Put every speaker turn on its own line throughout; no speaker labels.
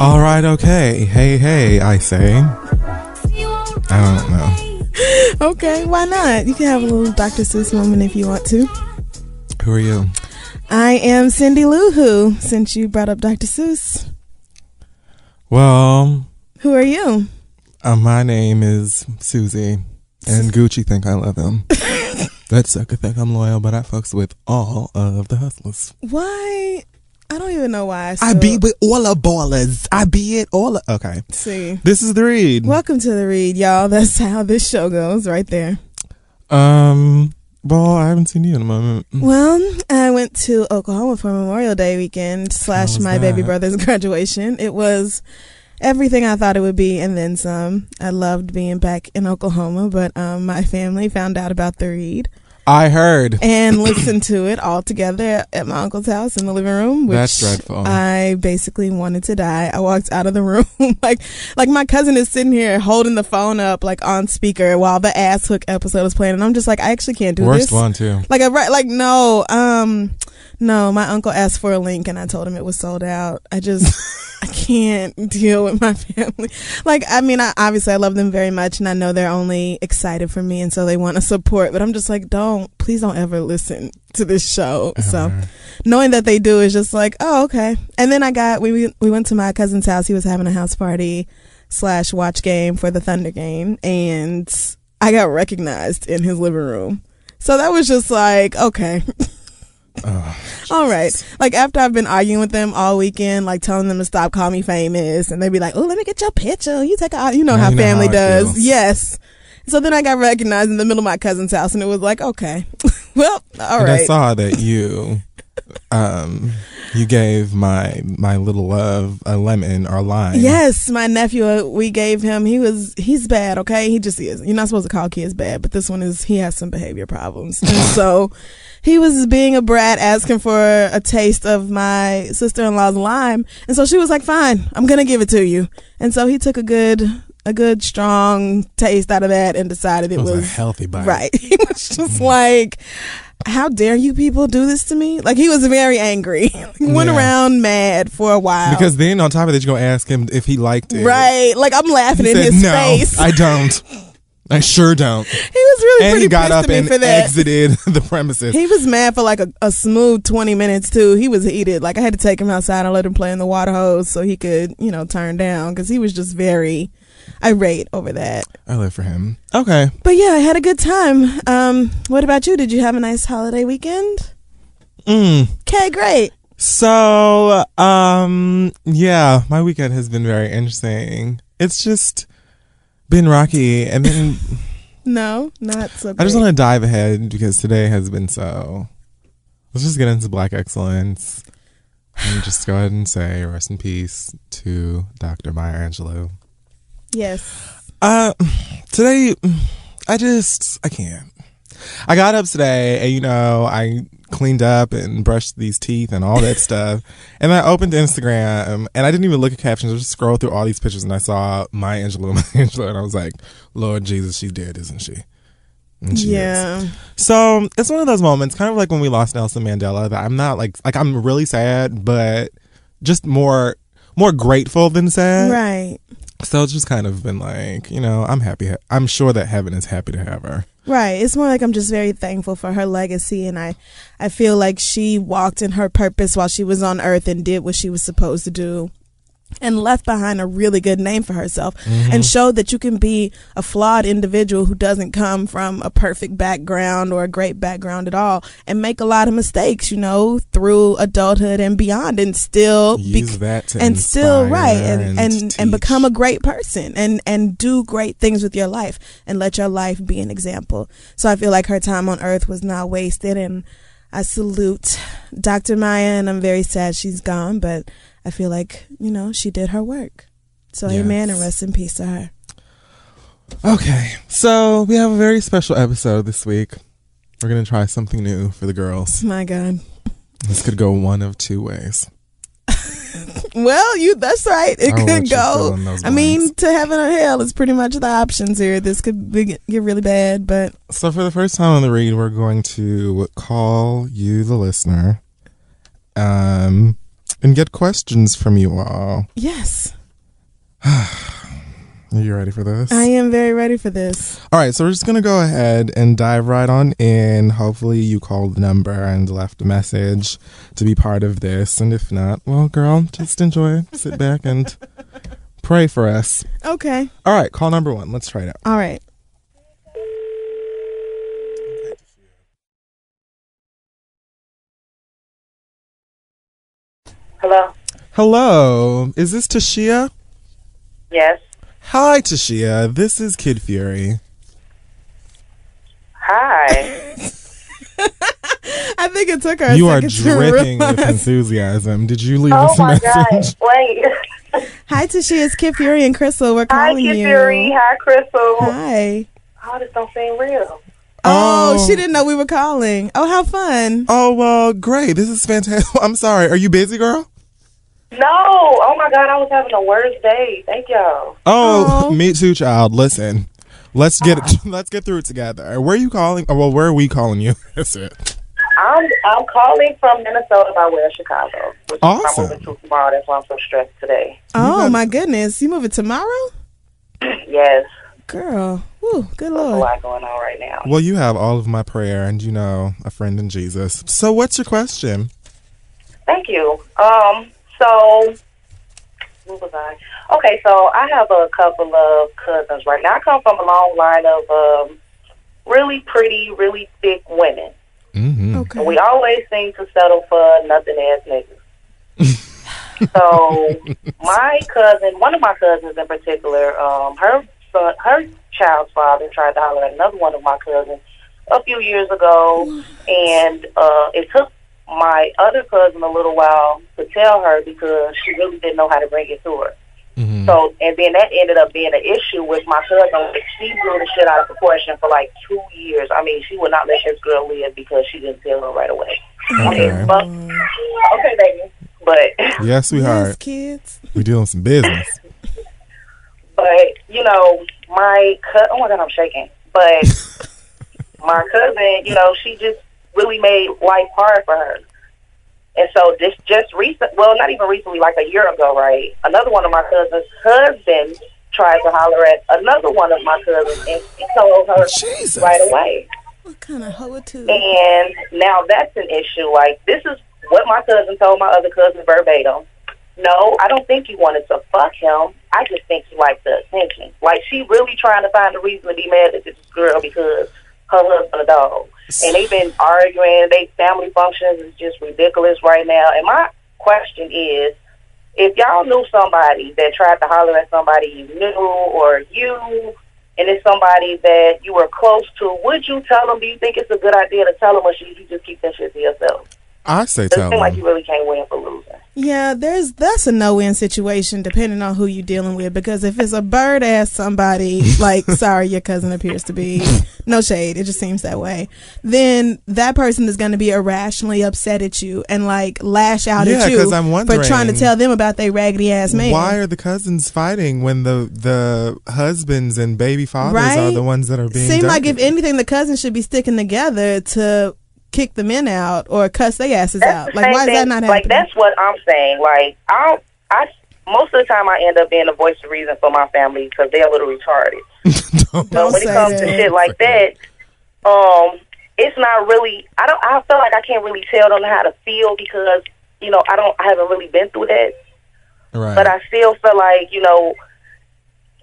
All right, okay. Hey, hey, I say. I don't know.
Okay, why not? You can have a little Dr. Seuss moment if you want to.
Who are you?
I am Cindy Lou Who, since you brought up Dr. Seuss.
Well,
Who are you?
uh, my name is Susie, and Gucci think I love him. that sucker think I'm loyal, but I fucks with all of the hustlers.
Why? I don't even know why.
I
still-
be with all the ballers. I be it all. A- okay,
See.
this is the read.
Welcome to the read, y'all. That's how this show goes, right there.
Um. Well, I haven't seen you in a moment.
Well, I went to Oklahoma for Memorial Day weekend slash
was
my baby
that?
brother's graduation. It was everything I thought it would be and then some. I loved being back in Oklahoma, but um, my family found out about the read
I heard.
and listened to it all together at my uncle's house in the living room. Which
That's dreadful.
I basically wanted to die. I walked out of the room like like my cousin is sitting here holding the phone up like on speaker while the ass hook episode is playing, and I'm just like, I actually can't do
Worst
this.
one too.
Like a right, like no, um, no. My uncle asked for a link, and I told him it was sold out. I just, I can't deal with my family. Like, I mean, I obviously I love them very much, and I know they're only excited for me, and so they want to support. But I'm just like, don't, please, don't ever listen to this show.
Uh-huh.
So, knowing that they do is just like, oh, okay. And then I got we- we we went to my cousin's house. He was having a house party slash watch game for the Thunder game, and I got recognized in his living room. So that was just like, okay. all right. Like after I've been arguing with them all weekend, like telling them to stop, call me famous, and they'd be like, "Oh, let me get your picture." You take a, you know
Now
how
you know
family
how it
does.
feels.
Yes. So then I got recognized in the middle of my cousin's house, and it was like, okay, well, all
and
right.
I saw that you, um, you gave my my little love a lemon or lime.
Yes, my nephew. uh, We gave him. He was. He's bad. Okay, he just is. You're not supposed to call kids bad, but this one is. He has some behavior problems, and so he was being a brat, asking for a taste of my sister-in-law's lime, and so she was like, "Fine, I'm gonna give it to you." And so he took a good, a good strong taste out of that, and decided
It
it,
was, a
was
healthy bite.
Right. He was just like, how dare you people do this to me? Like, he was very angry. He Went
Yeah.
around mad for a while.
Because then on top of that, you're gonna ask him if he liked it.
Right. Like, I'm laughing
He
in
said,
his
no,
face.
I don't. I sure don't.
he was really
and
pretty
he got
pissed
up
at me
and
for that.
exited the premises.
He was mad for like a, a smooth 20 minutes, too. He was heated. Like, I had to take him outside and let him play in the water hose so he could, you know, turn down because he was just very irate over that.
I live for him. Okay.
But yeah, I had a good time. Um, what about you? Did you have a nice holiday weekend?
Mm.
Okay, great.
So, um, yeah, my weekend has been very interesting. It's just been rocky, and then
No, not so great.
I just want to dive ahead because today has been so. Let's just get into Black Excellence and just go ahead and say rest in peace to Dr. Maya Angelou.
Yes.
Uh, today, I just I can't. I got up today, and you know, I cleaned up and brushed these teeth and all that stuff. And I opened Instagram, and I didn't even look at captions. I just scrolled through all these pictures, and I saw Maya Angelou, Maya Angelou, and I was like, "Lord Jesus, she's dead, isn't she?" And she is.
yeah.
So it's one of those moments, kind of like when we lost Nelson Mandela. That I'm not like like I'm really sad, but just more more grateful than sad.
Right.
So it's just kind of been like, you know, I'm happy. I'm sure that heaven is happy to have her.
Right. It's more like I'm just very thankful for her legacy and I I feel like she walked in her purpose while she was on earth and did what she was supposed to do and left behind a really good name for herself and showed that you can be a flawed individual who doesn't come from a perfect background or a great background at all and make a lot of mistakes, you know, through adulthood and beyond and still
Use that to
and still
inspire
right and
and
and,
to
and, become a
teach.
great person and and do great things with your life and let your life be an example so i feel like her time on earth was not wasted and i salute dr maya and i'm very sad she's gone but i feel like you know she did her work so amen and
Yes.
rest in peace to her
Okay, so we have a very special episode this week. We're gonna try something new for the girls.
my god
This could go one of two ways.
well you that's right it
I'll let
could
you
go
fill in those
i mean
blanks.
to heaven or hell is pretty much the options here this could be, get really bad but
So for the first time on the read, we're going to call you, the listener, um, and get questions from you all.
yes
Are you ready for this?
i am very ready for this
All right, so we're just gonna go ahead and dive right on in. Hopefully, you called the number and left a message to be part of this. And if not, well, girl, just enjoy, sit back, and pray for us.
Okay.
All right, call number one. Let's try it out.
All right.
Hello.
Hello, Um, is this Tashia?
Yes.
Hi, Tashia. This is Kid Fury.
Hi.
I think it took her.
you
a
are
second to
dripping with
realize.
enthusiasm. Did you leave
oh
us a
my
message?
God. Wait.
Hi, Tashi. It's Kid Fury and Crystal. We're
Hi,
calling
Kid
you.
Fury. Hi, Crystal.
Hi.
Oh, this don't seem real.
Oh,
Oh.
she didn't know we were calling. Oh, how fun!
Oh well, great. This is fantastic. I'm sorry. Are you busy, girl?
No. Oh my God. I was having the worst day. Thank y'all.
Oh,
Oh.
me too, child. Listen, let's get
Ah.
let's get through it together. Where are you calling? Oh, well, where are we calling you? That's it.
I'm I'm calling from Minnesota by way of Chicago. Which
Awesome.
I'm moving to tomorrow. That's why I'm so stressed today.
Oh
got-
my goodness, you moving tomorrow,
Yes.
girl? Woo, good
A
lord.
lot going on right now.
Well, you have all of my prayer, and you know a friend in Jesus. So, what's your question?
Thank you. Um. So. What was I? Okay, so I have a couple of cousins right now. I come from a long line of um, really pretty, really thick women.
Mm-hmm.
Okay.
And we always seem to settle for nothing ass niggas. so my cousin, one of my cousins in particular, um, her son, her child's father tried to holler at another one of my cousins a few years ago, and uh, it took my other cousin a little while to tell her because she really didn't know how to bring it to her. So, and then that ended up being an issue with my cousin. Like, she blew the shit out of proportion for like two years. I mean, she would not let this girl live because she didn't tell her right away. I mean,
Okay.
fuck- okay, baby. But,
Yes,
Yes,
sweetheart.
kids.
We're doing some business.
but you know, my cousin. Oh my god, I'm shaking. But my cousin, you know, she just really made life hard for her. And so this just recent, well, not even recently, like a year ago, right? Another one of my cousin's husbands tried to holler at another one of my cousins, and she told her
Jesus.
right away.
What kind of hoe too?
And now that's an issue. Like this is what my cousin told my other cousin verbatim. No, I don't think you wanted to fuck him. I just think you like the attention. Like she really trying to find a reason to be mad at this girl because her husband a dog. And they've been arguing. They family functions is just ridiculous right now. And my question is, if y'all knew somebody that tried to holler at somebody you knew or you and it's somebody that you were close to, would you tell them? Do you think it's a good idea to tell them, or should you just keep that shit to yourself?
I say
It
tell
seems like
them.
you really can't win for losing.
Yeah, there's that's a no-win situation depending on who you're dealing with because if it's a bird ass somebody, like sorry your cousin appears to be, no shade, it just seems that way. Then that person is going to be irrationally upset at you and like lash out
Yeah,
at you
'cause I'm
for trying to
wondering-
tell them about their raggedy ass man.
Why are the cousins fighting when the the husbands and baby fathers are
Right?
the ones that are being?
Seem like if
dirty?
anything the cousins should be sticking together to kick the men out or cuss their asses
That's
out.
the
Like
same
why is that
thing-
not happening?
Like that's what I'm saying. Like I, I most of the time I end up being the voice of reason for my family because they're a little retarded.
Don't
But when it
say
comes to
that.
shit like that, um, it's not really. I don't. I feel like I can't really tell them how to feel because you know I don't. I haven't really been through that.
Right.
But I still feel like, you know,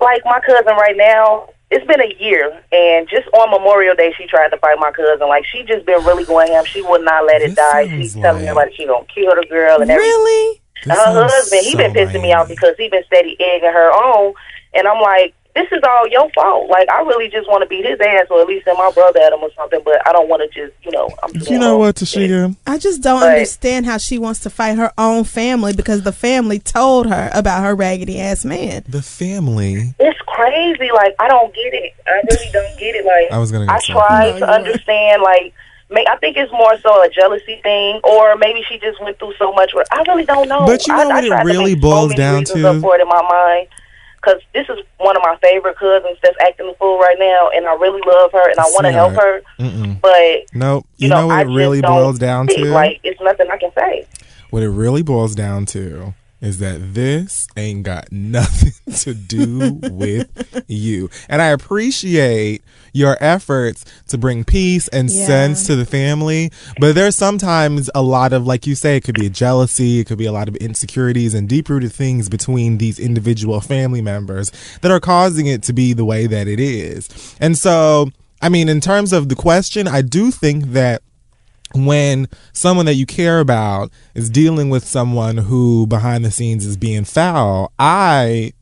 like my cousin right now, it's been a year, and just on Memorial Day, she tried to fight my cousin. Like, she just been really going ham. She would not let
This
it die.
sounds
She's telling
like-
everybody she gonna kill the girl and everything.
Really?
That
And her
sounds
husband, he been
so
pissing me
lame.
off because he been steady egging her on, and I'm like, this is all your fault. Like, I really just want to beat his ass, or at least send my brother at him or something. But I don't want to just, you know, I'm.
But you know what, Tashia?
I just don't
But-
understand how she wants to fight her own family because the family told her about her raggedy ass man.
The family.
It's crazy. Like I don't get it. I really don't get it. Like
I was gonna go
I
something.
try
No,
to
you were.
understand. Like, may, I think it's more so a jealousy thing, or maybe she just went through so much. Where I really don't know.
But you know
I,
what
I
it
tried to
really
make so
boils
many
down
reasons
to?
up for it in my mind. Because this is one of my favorite cousins that's acting the fool right now, and I really love her, and I want to help her.
Sweetheart. Mm-mm.
But
Nope.
you,
You, know, what
I
it really
just don't
boils down
see it.
to?
Like, it's nothing I can say.
What it really boils down to is that this ain't got nothing to do with you. And I appreciate your efforts to bring peace and
Yeah.
sense to the family, but there's sometimes a lot of like you say it could be a jealousy, it could be a lot of insecurities and deep-rooted things between these individual family members that are causing it to be the way that it is. And so, I mean, in terms of the question, I do think that when someone that you care about is dealing with someone who behind the scenes is being foul, I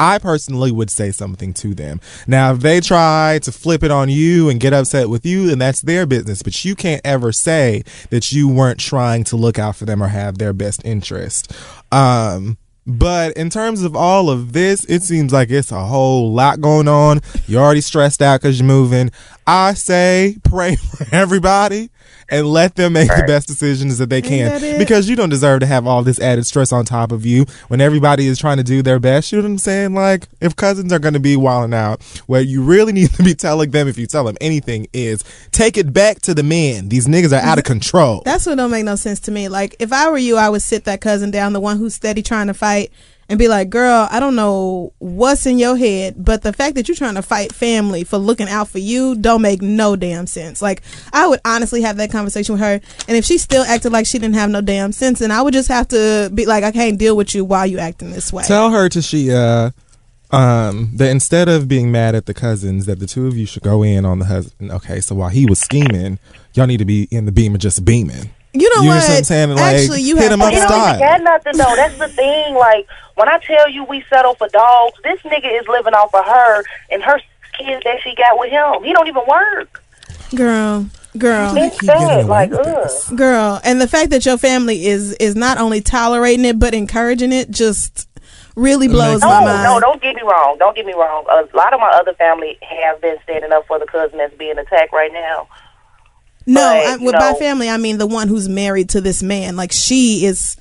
I personally would say something to them. Now, if they try to flip it on you and get upset with you, then that's their business. But you can't ever say that you weren't trying to look out for them or have their best interest. Um, but in terms of all of this, it seems like it's a whole lot going on. You're already stressed out because you're moving. I say pray for everybody and let them make the best decisions that they
that
can
it?
because you don't deserve to have all this added stress on top of you when everybody is trying to do their best. You know what I'm saying? Like, if cousins are going to be wilding out, what you really need to be telling them, if you tell them anything, is take it back to the men. These niggas are out of control.
That's what don't make no sense to me. Like if I were you, I would sit that cousin down, the one who's steady trying to fight, and be like, "Girl, I don't know what's in your head, but the fact that you're trying to fight family for looking out for you don't make no damn sense." Like I would honestly have that conversation with her, and if she still acted like she didn't have no damn sense, then I would just have to be like, "I can't deal with you while you acting this way."
Tell her Tashia um, that instead of being mad at the cousins, that the two of you should go in on the husband. Okay, so while he was scheming, y'all need to be in the beamer just beaming.
you know
you know
what?
what I'm saying? Like,
Actually, you
hit
have
him
to
up
It don't
style.
even got nothing though. That's the thing. Like when I tell you we settle for dogs, this nigga is living off of her and her kids that she got with him. He don't even work.
girl, girl.
It's
keep getting away
sad. Like
with
ugh.
this.
girl and the fact that your family is is not only tolerating it but encouraging it just really blows
makes
my
No,
mind
no, don't get me wrong. Don't get me wrong. A lot of my other family have been standing up for the cousin that's being attacked right now.
No,
but,
I,
you
with my
know-
family i mean the one who's married to this man like she is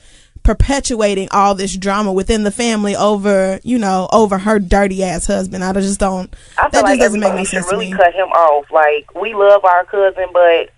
perpetuating all this drama within the family over you know over her dirty ass husband i just don't
I
that
feel
just
like
doesn't make
everybody
no
should
sense to
really
me
cut him off. Like we love our cousin, but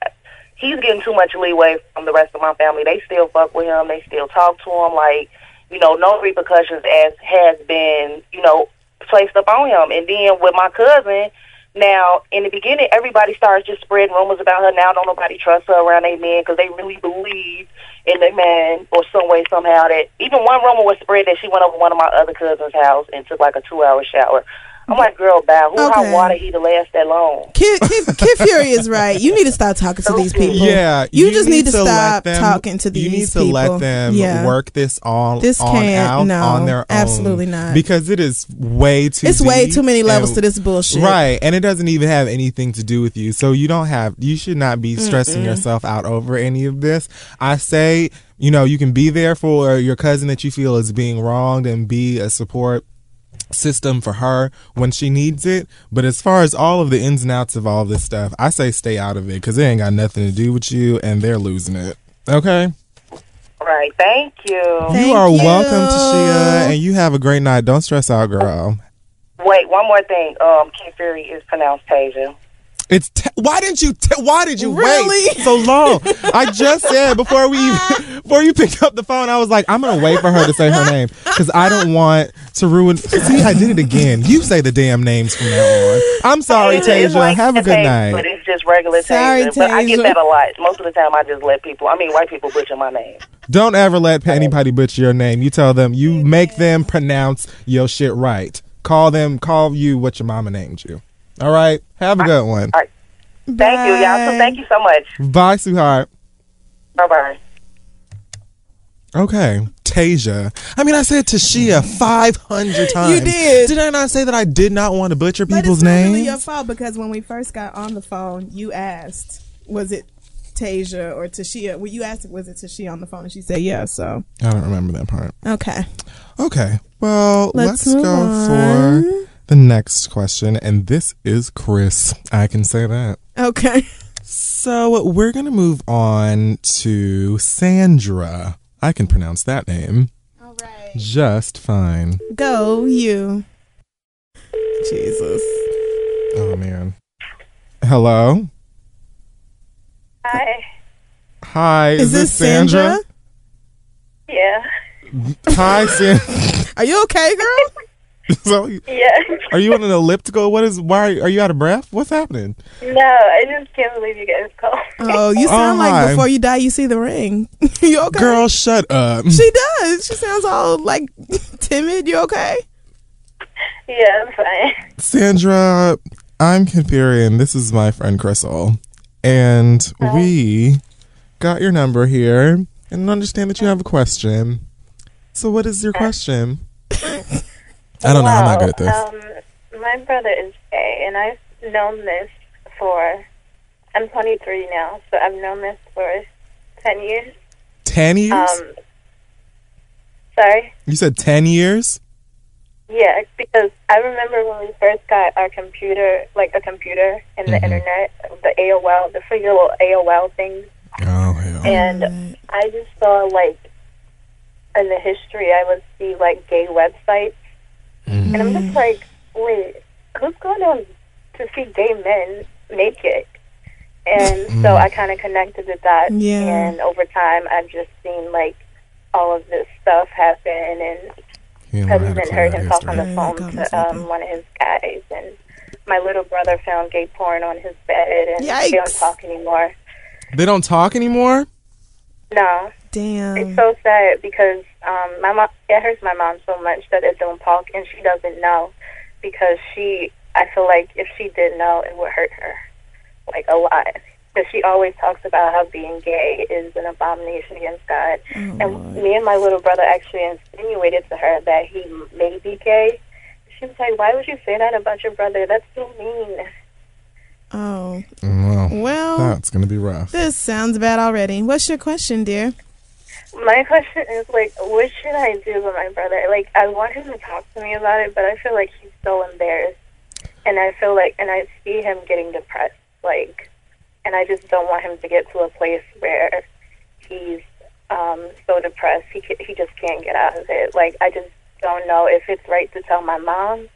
he's getting too much leeway from the rest of my family. They still fuck with him. They still talk to him. Like you know, no repercussions as has been you know placed upon him. And then with my cousin. Now, in the beginning, everybody starts just spreading rumors about her. Now, don't nobody trust her around their men because they really believe in their man or some way, somehow. That even one rumor was spread that she went over one of my other cousins' house and took like a two-hour shower. I'm like, girl, bow. Who
Okay.
how water he to last that long?
Kid, Kid, Kid Fury is right. You need to stop talking to these people.
Yeah,
you, just need, to,
let
stop
them-
talking to these
You
people.
need to let them
Yeah.
work this all
This
on
can't-
out
no,
on their own.
absolutely not.
Because it is way too.
It's way
deep
too many levels
and-
to this bullshit.
Right, and it doesn't even have anything to do with you. So you don't have. You should not be stressing yourself out over any of this. I say, you know, you can be there for your cousin that you feel is being wronged and be a support system for her when she needs it. But as far as all of the ins and outs of all this stuff, I say stay out of it because it ain't got nothing to do with you, and they're losing it. Okay.
Right. Thank you.
Oh. Thank
you are
you.
welcome, Tashia, and you have a great night. Don't stress out, girl.
Wait, one more thing. Um, Kid Fury is pronounced Tasia.
It's te- why didn't you? Te- why did you wait
Really?
so long? I just said before we even, before you picked up the phone, I was like, I'm gonna wait for her to say her name because I don't want to ruin. See, I did it again. You say the damn names from now on. I'm sorry,
It's- it's
Tasia.
like
Have a good
Tasia,
night.
But it's just regular
Sorry,
Tasia. But I get
Tasia.
that a lot. Most of the time, I just let people. I mean, white people butcher my name.
Don't ever let anybody butcher your name. You tell them, you make them pronounce your shit right. Call them, call you what your mama named you. All right. Have a good one.
Thank you, y'all. So thank you so much.
Bye, sweetheart.
Bye bye.
Okay. Tasia. I mean, I said Tashia 500 times.
did.
Did I not say that I did not want to butcher
But
people's
it's not
names?
really your fault because when we first got on the phone, you asked, was it Tasia or Tashia? Well, you asked, was it Tashia on the phone? And she said, yeah, so.
I don't remember that part.
Okay.
Okay. Well, let's,
Let's
go
move on.
for the next question. And this is Chris. I can say that.
Okay.
So we're going to move on to Sandra. I can pronounce that name
All right.
just fine.
Go, you. Jesus.
Oh, man. Hello?
Hi.
Hi. Is,
Is this Sandra?
Yeah.
Hi, Sandra.
Are you okay, girl?
so,
Yeah.
are you on an elliptical? What is, why are you out of breath? What's happening?
No, I just can't believe you guys called.
oh, you sound
Oh,
like
hi.
before you die, you see the ring. you okay?
Girl, shut up.
She does. She sounds all like timid. You okay?
Yeah, I'm fine.
Sandra, I'm Kipiri, and this is my friend Crystal. And we got your number here and understand that you have a question. So, what is your question? I don't know. I'm not good at this.
Um, my brother is gay, and I've known this for. I'm 23 now, so I've known this for 10 years.
10 years?
Um, sorry.
you said 10 years?
Yeah, because I remember when we first got our computer, like a computer and
Mm-hmm.
the internet, the AOL, the free little AOL thing,
Oh, hell.
and I just saw like in the history, I would see like gay websites, and I'm just like, wait, who's going on to see gay men naked? And so I kind of connected with that,
Yeah.
and over time, I've just seen like all of this stuff happen, and
You know how to
husband
clean
heard
that
himself on
history.
the
Yeah,
phone
God,
to
that's
um, one of his guys, and my little brother found gay porn on his bed, and they don't
Yikes.
talk anymore.
They don't talk anymore?
No, it's
Damn.
so sad because um, my mom it hurts my mom so much that it don't talk, and she doesn't know because she. I feel like if she did know, it would hurt her like a lot. Because she always talks about how being gay is an abomination against God,
Oh,
and me and my little brother actually insinuated to her that he may be gay. She was like, "Why would you say that about your brother? That's so mean."
Oh.
Well,
Well,
that's going to be rough.
this sounds bad already. What's your question, dear?
My question is like, what should I do with my brother? Like, I want him to talk to me about it, but I feel like he's so embarrassed, and I feel like, and I see him getting depressed, like, and I just don't want him to get to a place where he's um, so depressed he ca- he just can't get out of it. Like, I just don't know if it's right to tell my mom,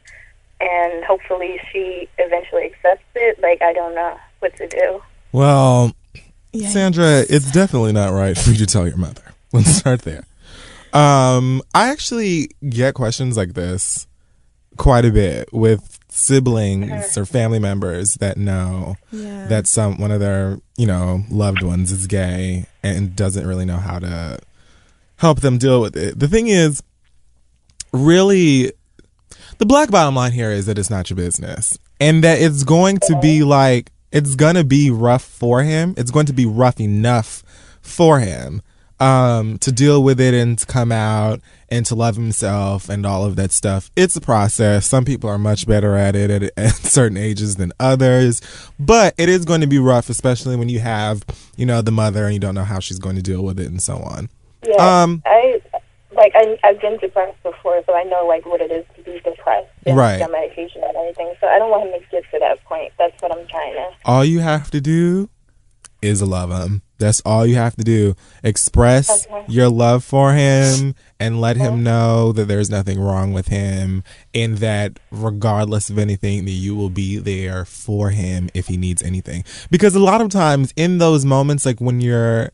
and hopefully she eventually accepts it. Like, I don't know what to do.
Well,
Yeah.
Sandra, it's definitely not right for you to tell your mother. Let's start there. Um, I actually get questions like this quite a bit with siblings or family members that know
Yeah.
that some one of their, you know, loved ones is gay and doesn't really know how to help them deal with it. The thing is, really the black bottom line here is that it's not your business and that it's going to be like it's going to be rough for him it's going to be rough enough for him um to deal with it and to come out and to love himself and all of that stuff it's a process some people are much better at it at, at certain ages than others but it is going to be rough especially when you have you know the mother and you don't know how she's going to deal with it and so on
Yeah,
Um,
I like I I've been depressed before, so I know like what it is to be depressed and
Right.
on medication and everything. So I don't want him to get to that point. That's what I'm trying to.
all you have to do is love him. That's all you have to do. Express your love for him and let him know that there's nothing wrong with him and that regardless of anything that you will be there for him if he needs anything. Because a lot of times in those moments like when you're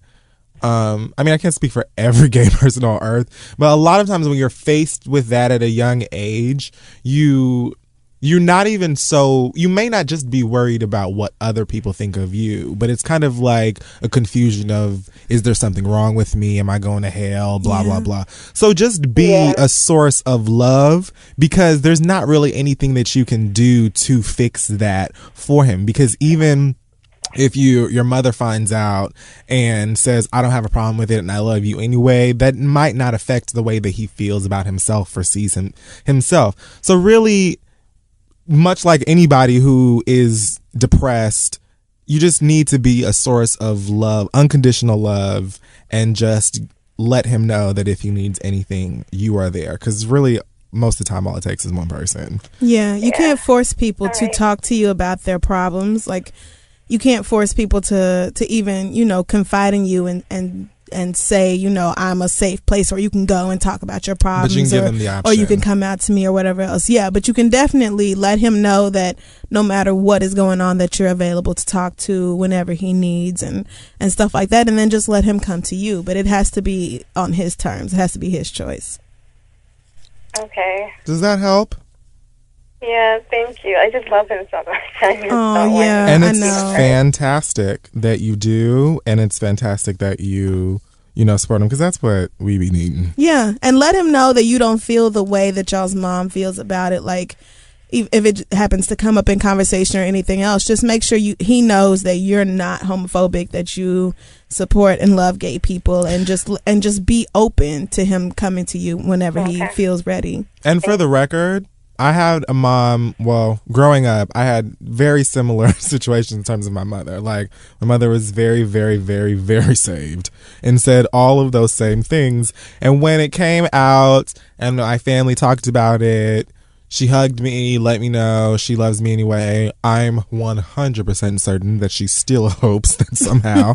um, I mean, I can't speak for every gay person on earth, but a lot of times when you're faced with that at a young age, you you're not even so you may not just be worried about what other people think of you, but it's kind of like a confusion of is there something wrong with me? Am I going to hell? Blah blah blah. So just be a source of love because there's not really anything that you can do to fix that for him because even if you your mother finds out and says i don't have a problem with it and i love you anyway that might not affect the way that he feels about himself or sees him himself so really much like anybody who is depressed you just need to be a source of love unconditional love and just let him know that if he needs anything you are there because really most of the time all it takes is one person
Yeah, you can't force people to talk to you about their problems. Like you can't force people to to even, you know, confide in you and and and say, you know, I'm a safe place where you can go and talk about your problems
can give
or,
them the
or you
option.
can come out to me or whatever else. Yeah, but you can definitely let him know that no matter what is going on that you're available to talk to whenever he needs and and stuff like that and then just let him come to you, but it has to be on his terms. It has to be his choice.
Okay.
does that help
Yeah, thank you. I just love him so much. I just
Oh,
don't want-
yeah.
and
I
it's
know.
fantastic that you do and it's fantastic that you you know support them because that's what we be needing
Yeah, and let him know that you don't feel the way that y'all's mom feels about it. Like, if if it happens to come up in conversation or anything else, just make sure you he knows that you're not homophobic, that you support and love gay people, and just and just be open to him coming to you whenever he feels ready.
and for the record i had a mom well growing up i had very similar situations in terms of my mother like my mother was very very very very saved and said all of those same things and when it came out and my family talked about it She hugged me, let me know she loves me anyway. I'm 100% certain that she still hopes that somehow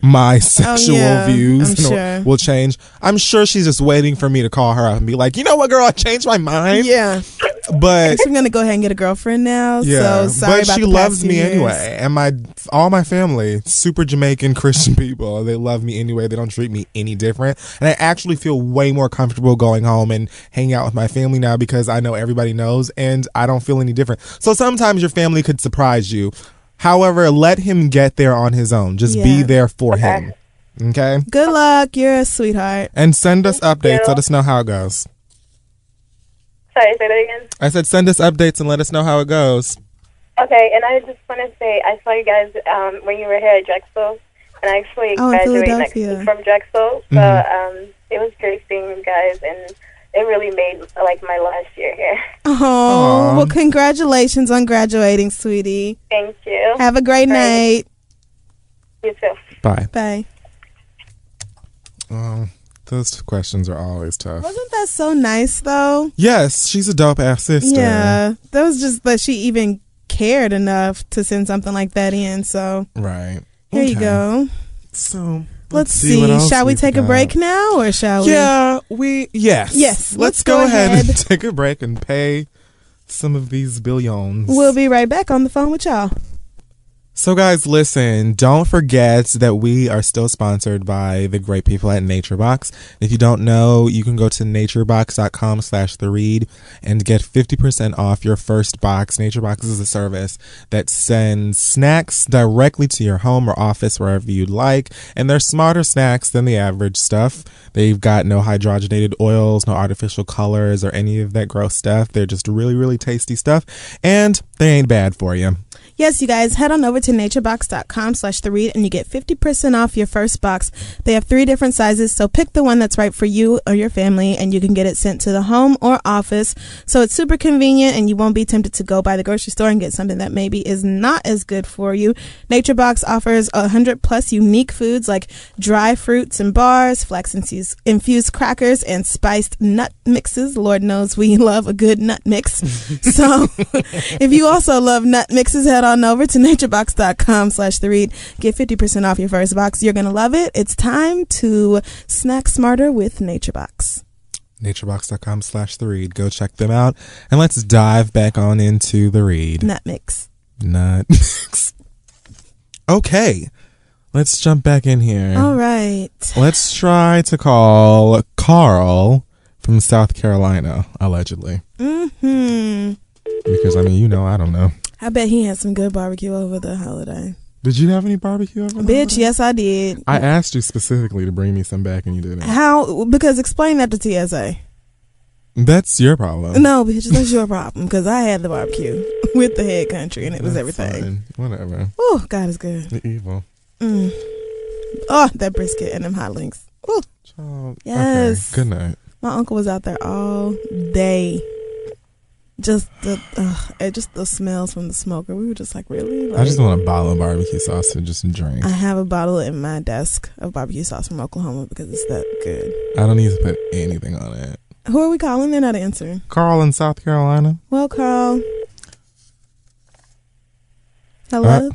my sexual
Oh, yeah,
views
I'm
you know,
sure.
will change. I'm sure she's just waiting for me to call her up and be like, you know what, girl, I changed my mind.
Yeah,
But.
so I'm gonna go ahead and get a girlfriend now.
Yeah,
so sorry
but
about
she
the past
loves
few
me
years.
anyway, and my all my family, super Jamaican Christian people, they love me anyway. They don't treat me any different, and I actually feel way more comfortable going home and hanging out with my family now because I know everybody knows, and I don't feel any different. So sometimes your family could surprise you. However, let him get there on his own. Just be
Yeah.
there for him, okay?
Good luck, you're a sweetheart.
And send us updates. Let us know how it goes.
Sorry, say that again.
I said send us updates and let us know how it goes.
Okay, and I just want to say I saw you guys um, when you were here at Drexel, and I actually
Oh, in
graduated next
Philadelphia. Mm-hmm.
from Drexel, so um, it was great seeing you guys, and it really made like my last year here.
Oh, well, congratulations on graduating, sweetie.
Thank you.
Have a great night.
you too.
Bye.
Bye.
Um, those questions are always tough.
Wasn't that so nice though?
Yes, she's a dope ass sister.
Yeah. That was just that she even cared enough to send something like that in. So
Right.
here you
Okay.
go.
So
Let's, see.
what else
Shall we take a
got.
break now or shall
Yeah, we yes.
Yes,
Let's,
let's
go,
go
ahead, and
ahead.
take a break and pay some of these billions.
we? We'll be right back on the phone with y'all.
So, guys, listen, don't forget that we are still sponsored by the great people at NatureBox. If you don't know, you can go to naturebox.com slash the read and get 50% off your first box. NatureBox is a service that sends snacks directly to your home or office, wherever you'd like. And they're smarter snacks than the average stuff. They've got no hydrogenated oils, no artificial colors, or any of that gross stuff. They're just really, really tasty stuff. And they ain't bad for you.
Yes, you guys, head on over to naturebox.com slash the read and you get 50% off your first box. They have three different sizes, so pick the one that's right for you or your family and you can get it sent to the home or office. So it's super convenient and you won't be tempted to go by the grocery store and get something that maybe is not as good for you. NatureBox offers 100 plus unique foods like dry fruits and bars, flax infused, infused crackers, and spiced nut mixes. Lord knows we love a good nut mix. so if you also love nut mixes, head on over to naturebox.com Stamps.com slash the read. Get 50% off your first box. You're going to love it. It's time to snack smarter with NatureBox.
Naturebox.com slash the read. Go check them out. And let's dive back on into the read.
Nut mix.
Nut mix. Okay. Let's jump back in here.
All right.
Let's try to call Carl from South Carolina, allegedly.
hmm
Because, I mean, you know, I don't know.
I bet he had some good barbecue over the holiday.
Did you have any barbecue over there?
Bitch, yes, I did.
I asked you specifically to bring me some back and you didn't.
Ah. How? Because explain that to TSA.
That's your problem.
No, bitch, that's your problem. Because I had the barbecue with the head country, and it was
That's
everything.
fine. Whatever.
Oh, God is good.
The evil.
Mm. Oh, that brisket and them hot links. Ooh.
Child. Oh, Okay,
Yes.
Good night.
My uncle was out there all day. Just the ugh, it just the smells from the smoker. We were just like, really?
I just
Like,
want a bottle of barbecue sauce to just drink.
I have a bottle in my desk of barbecue sauce from Oklahoma because it's that good.
I don't need to put anything on it.
Who are we calling? They're not answering.
Carl in South Carolina.
Well, Carl.
Uh,
Hello,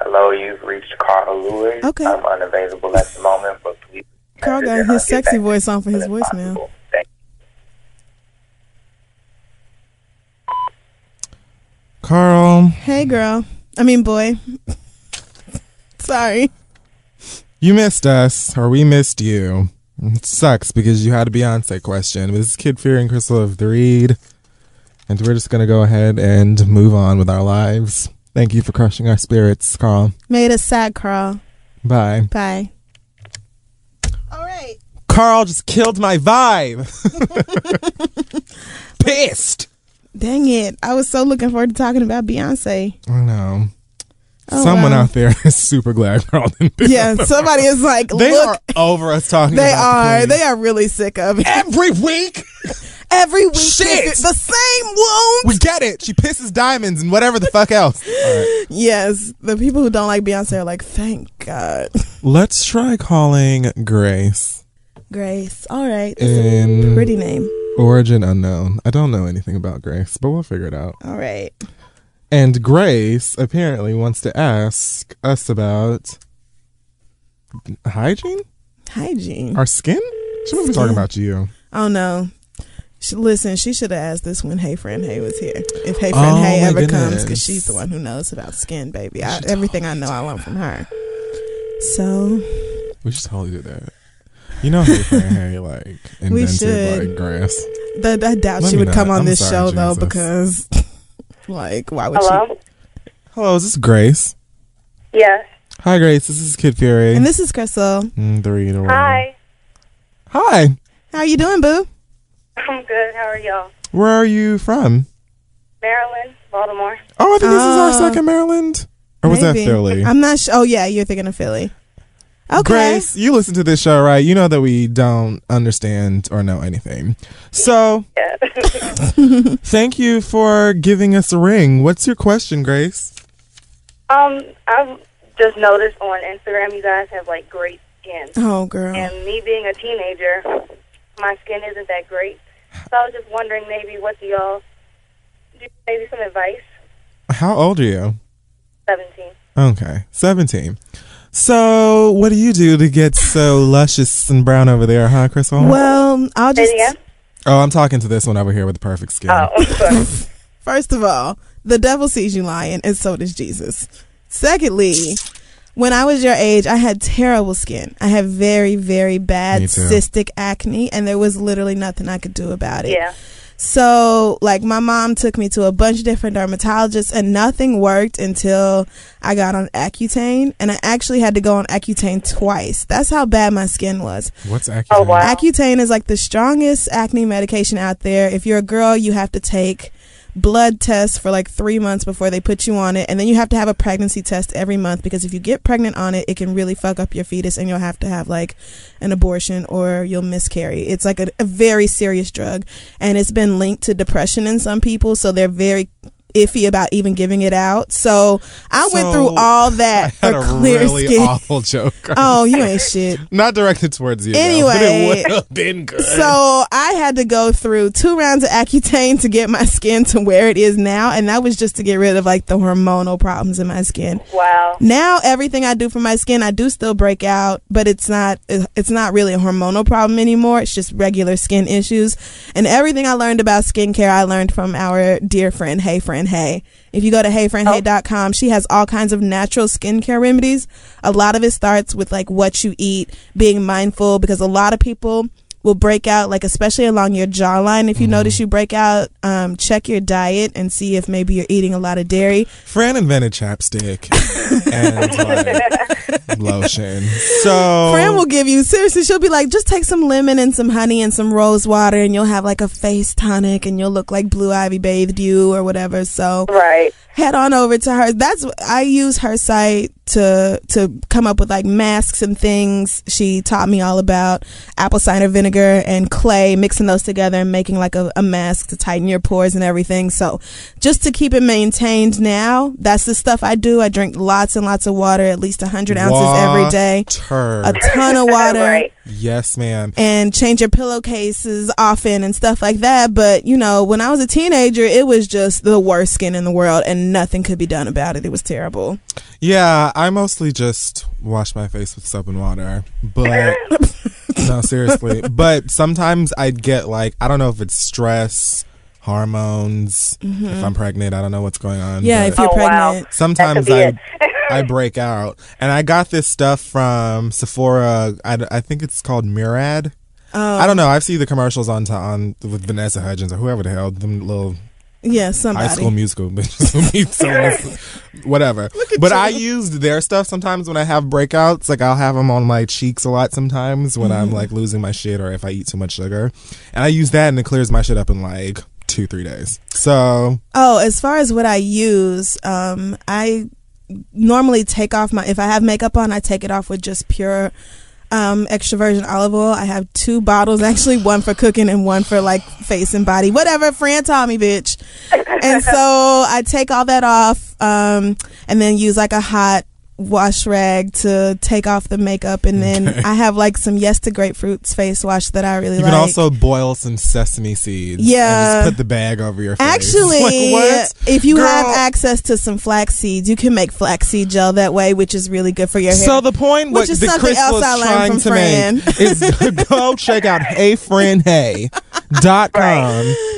Hello, you've reached Carl Lewis.
Okay.
I'm unavailable at the moment, but please.
Carl got his sexy voice on for his voicemail.
Carl,
Hey, girl. I mean, boy. Sorry.
you missed us, or we missed you. It sucks because you had a Beyonce question. This is Kid Fear and Crystal of the Reed. And we're just going to go ahead and move on with our lives. Thank you for crushing our spirits, Carl.
Made us sad, Carl.
Bye.
Bye.
Carl just killed my vibe. Pissed.
Dang it. I was so looking forward to talking about Beyonce.
I know.
Oh,
Someone
wow.
out there is super glad Carl didn't pick
Yeah,
up.
somebody is like,
They
look,
are over us talking
they
about
are.
the
They are really sick of it.
Every week?
Every week.
Shit.
The same wound.
We get it. She pisses diamonds and whatever the fuck else. All right.
Yes. The people who don't like Beyonce are like, thank God.
Let's try calling Grace
Grace. All right. That's
in
a pretty name.
Origin unknown. I don't know anything about Grace, but we'll figure it out.
All right.
And Grace apparently wants to ask us about hygiene?
Hygiene.
Our skin? She must be talking about you.
Oh, no. She, listen, she should have asked this when Hey Friend Hey was here. If Hey Friend Hey
Oh, my
ever comes, 'cause comes,
goodness.
because she's the one who knows about skin, baby. I, everything I know, I learned from her. So,
We should totally do that. You know, Hey Fran Hey like invented
should.
like grass.
th- I doubt
Let
she
me
would come
not.
on
I'm
this
sorry,
show, though,
Jesus.
because, like, why would she?
Hello?
Hello, is this Grace?
Yes.
Hi, Grace. This is Kid Fury.
And this is Crystal.
Mm, the reader.
Hi.
Hi.
How you doing, boo?
I'm good. How are y'all?
Where are you from?
Maryland, Baltimore.
Oh, I think this is our
Oh.
second Maryland. Or was that
Maybe.
Philly?
I'm not sure. Oh, yeah, you're thinking of Philly. Okay.
Grace, you listen to this show, right? You know that we don't understand or know anything. So, thank you for giving us a ring. What's your question, Grace?
Um, I've just noticed on Instagram you guys have like great skin.
Oh, girl.
And me being a teenager, my skin isn't that great. So I was just wondering maybe what do y'all do you- maybe some advice?
How old are you?
Seventeen.
Okay, 17. So, what do you do to get so luscious and brown over there, huh, Crystal?
Oh.
Well, I'll just.
oh, I'm talking to this one over here with perfect skin.
Oh. First of all, the devil sees you lying, and so does Jesus. Secondly, when I was your age, I had terrible skin. I had very, very bad
Me too.
cystic acne, and there was literally nothing I could do about it.
Yeah.
So, like, my mom took me to a bunch of different dermatologists, and nothing worked until I got on Accutane. And I actually had to go on Accutane twice. That's how bad my skin was.
Oh,
What's accurate?
Accutane is like the strongest acne medication out there. If you're a girl, you have to take blood tests for like three months before they put you on it, and then you have to have a pregnancy test every month because if you get pregnant on it, it can really fuck up your fetus, and you'll have to have like an abortion or you'll miscarry. It's like a, a very serious drug, and it's been linked to depression in some people, so they're very iffy about even giving it out. So I went
So,
through all that
Had
for
a
clear
really
skin.
awful joke.
Oh, you ain't shit.
Not directed towards you. though, but
Anyway,
it would have been good.
So I had to go through two rounds of Accutane to get my skin to where it is now, and that was just to get rid of like the hormonal problems in my skin.
Wow.
Now everything I do for my skin, I do still break out, but it's not it's not really a hormonal problem anymore. It's just regular skin issues. And everything I learned about skincare, I learned from our dear friend Hey Friend Hey. If you go to heyfriendhey.com, she has all kinds of natural skincare remedies. A lot of it starts with like what you eat, being mindful because a lot of people will break out like especially along your jawline if you notice you break out um, check your diet and see if maybe you're eating a lot of dairy
Fran invented chapstick and like, lotion. So
Fran will give you seriously. She'll be like, just take some lemon and some honey and some rose water, and you'll have like a face tonic, and you'll look like Blue Ivy bathed you or whatever. So
right,
head on over to her. That's I use her site to to come up with like masks and things. She taught me all about apple cider vinegar and clay, mixing those together and making like a, a mask to tighten your pores and everything. So just to keep it maintained now, that's the stuff I do. I drink lots and lots of water, at least hundred ounces every day
Water.
a ton of water
Yes, ma'am.
and change your pillowcases often and stuff like that. But you know, when I was a teenager, it was just the worst skin in the world and nothing could be done about it. It was terrible.
Yeah, I mostly just wash my face with soap and water. But no, seriously. But sometimes I'd get like I don't know if it's stress, hormones.
Mhm.
If I'm pregnant, I don't know what's going on.
Yeah,
but
if you're Oh, wow. pregnant. That
sometimes
could be
I I break out. And I got this stuff from Sephora. I, I think it's called Murad.
Oh.
I don't know. I've seen the commercials on on with Vanessa Hudgens or whoever the hell them little
Yeah, somebody.
high school musical bitches who meet someone- whatever. But I used their stuff sometimes when I have breakouts. Like I'll have them on my cheeks a lot sometimes when I'm
Mhm.
like losing my shit or if I eat too much sugar, and I use that and it clears my shit up in like two three days. So
Oh, as far as what I use, um, I normally take off my if I have makeup on, I take it off with just pure um, extra virgin olive oil. I have two bottles actually, one for cooking and one for like face and body, whatever. Fran taught me, bitch. And so I take all that off, um, and then use like a hot wash rag to take off the makeup, and then
Okay.
I have like some Yes to Grapefruits face wash that I really
you
like.
can also boil some sesame seeds.
Yeah.
and just put the bag over your face.
Actually,
Like, what?
if you
Girl.
have access to some flax seeds, you can make flaxseed gel that way, which is really good for your hair.
So the point,
which
what
is
the
something
Chris
else
was
I learned from
trying to
Fran.
make is to go check out heyfriendhey.com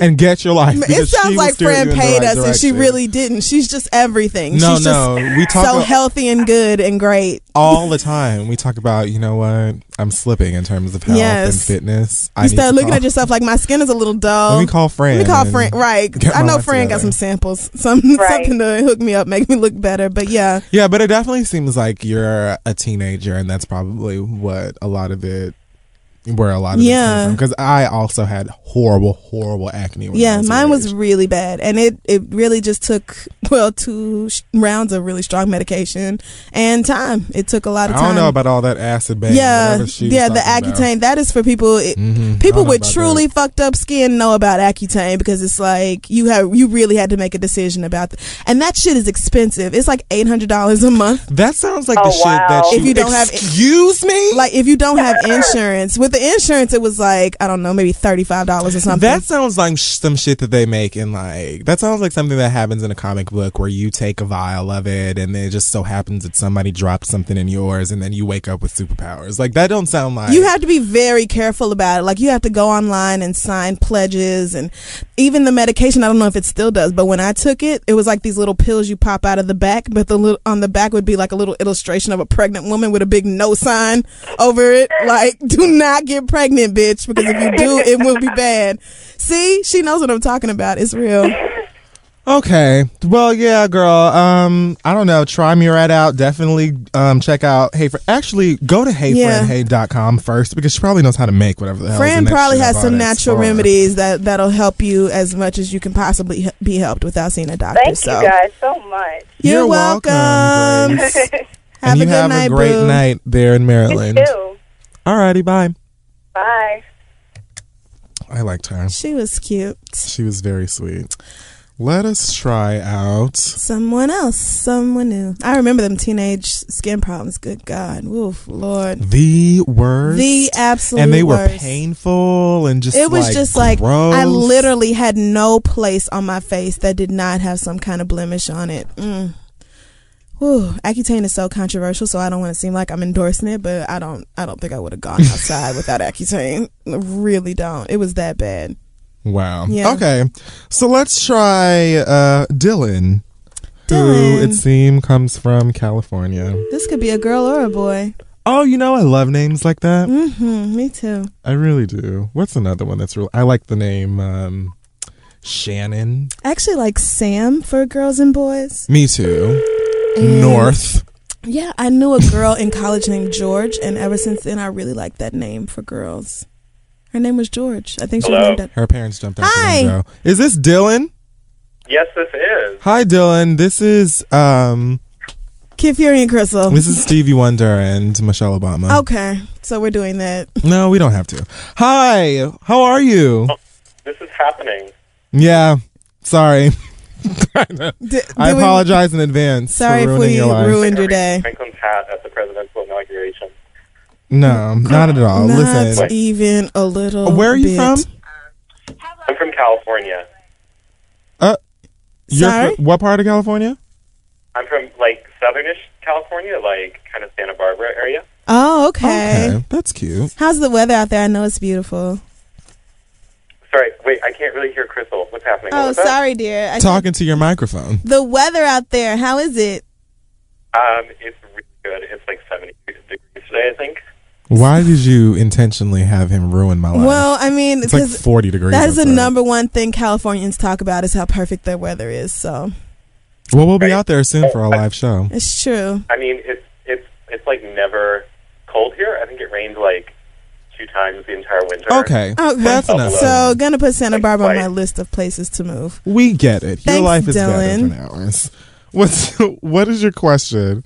and get your life.
It
because she
sounds
will
like
steer you
Fran
in the
paid
right
us, and she
direction.
really didn't. She's just everything.
No,
She's
no,
just
we talk
so
about-
healthy and good and great.
all the time. We talk about you know what I'm slipping in terms of health and
Yes.
fitness.
You start looking
call,
at yourself like my skin is a little dull.
Let me call Fran
Let me call
and
Fran. Right.
get my
I know
life
Fran got
together.
some samples, some something to hook me up, make me look better. But yeah,
Yeah, but it definitely seems like you're a teenager, and that's probably what a lot of it. Where a lot of
Yeah.
yeah, because I also had horrible, horrible acne. when I
yeah,
was a
mine was really bad, and it it really just took well two sh- rounds of really strong medication and time. It took a lot of
I
time.
don't know about all that acid bang.
yeah,
whatever she was
yeah, the
talking about.
Accutane. That is for people. It,
Mhm. I
People
don't know
with
about
truly fucked up skin know about Accutane because it's like you have you really had to make a decision about, th- and that shit is expensive. It's like eight hundred dollars a month.
That sounds like the shit that
if you don't have
excuse me,
like if you don't have insurance. With the insurance, it was like I don't know, maybe thirty five dollars or something.
That sounds like sh- some shit that they make in like that sounds like something that happens in a comic book where you take a vial of it and it just so happens that somebody dropped something in yours and then you wake up with superpowers. Like that don't sound like
you have to be very careful about it. Like you have to go online and sign pledges and even the medication. I don't know if it still does, but when I took it, it was like these little pills you pop out of the back, but the little, on the back would be like a little illustration of a pregnant woman with a big no sign over it. Like, do not get pregnant, bitch, because if you do, it will be bad. See, she knows what I'm talking about. It's real.
Okay. Well, yeah, girl. Um, I don't know. Try Murad out. Definitely um, check out Hey Fran. Actually, go to
Yeah.
heyfriendhey.com first because she probably knows how to make whatever the hell.
Fran probably has some natural
remedies.
remedies that that'll help you as much as you can possibly he- be helped without seeing a doctor.
thank
so.
you guys so much.
You're, welcome. Have
and you
a good
have
night,
a great
boo.
night there in Maryland.
You too.
Alrighty, bye.
Bye.
I liked her.
She was cute.
She was very sweet. Let us try out.
Someone else, someone new. I remember them teenage skin problems. Good God, woof, Lord.
The worst.
The absolute
And they were
worst.
painful and just.
it was just like
gross.
I literally had no place on my face that did not have some kind of blemish on it. Mm. Whew. Accutane is so controversial, so I don't want to seem like I'm endorsing it, but I don't. I don't think I would have gone outside without Accutane. Really don't. It was that bad.
Wow.
Yeah.
Okay. So let's try uh, Dylan, who
Dylan.
it seems comes from California.
This could be a girl or a boy.
Oh, you know I love names like that.
hmm me too.
I really do. What's another one that's real? I like the name um, Shannon.
I actually like Sam for girls and boys.
Me too.
And-
North.
Yeah, I knew a girl in college named George, and ever since then, I really liked that name for girls. Her name was George. I think she was named that.
Her parents jumped out
Hi.
the window. Is this Dylan?
Yes, this is.
Hi, Dylan. This is um,
Kid Fury and Crystal.
this is Stevie Wonder and Michelle Obama.
Okay, so we're doing that.
No, we don't have to. Hi. How are you?
This is happening.
Yeah. Sorry.
Did-
I
did we-
apologize in advance.
Sorry
for
if
ruining
we
your life.
ruined your day.
Franklin's hat at the presidential inauguration.
No, not at all.
Not
Oh, Listen. Oh,
even a little.
Where are you
bit.
from?
I'm from California.
Uh, you're
Sorry?
from what part of California?
I'm from like southernish California, like kind of Santa Barbara area.
Oh, okay.
Okay, that's cute.
How's the weather out there? I know it's beautiful.
Sorry, wait, I can't really hear Crystal. What's happening? What
Oh,
was that?
sorry, dear. I
Talking to your microphone.
The weather out there. How is it?
Um, it's really good. It's like 70 degrees today, I think.
Why did you intentionally have him ruin my life?
Well, I mean,
it's like
'cause
40 degrees.
That is the
outside.
number one thing Californians talk about is how perfect their weather is. So
Well, we'll be out there soon for our live show.
it's true.
I mean, it's it's it's like never cold here. I think it rained like two times the entire winter.
Okay, that's enough.
Oh, So gonna put Santa Barbara on my list of places to move.
We get it. your
Thanks,
life is better
Dylan.
than ours. What's what is your question?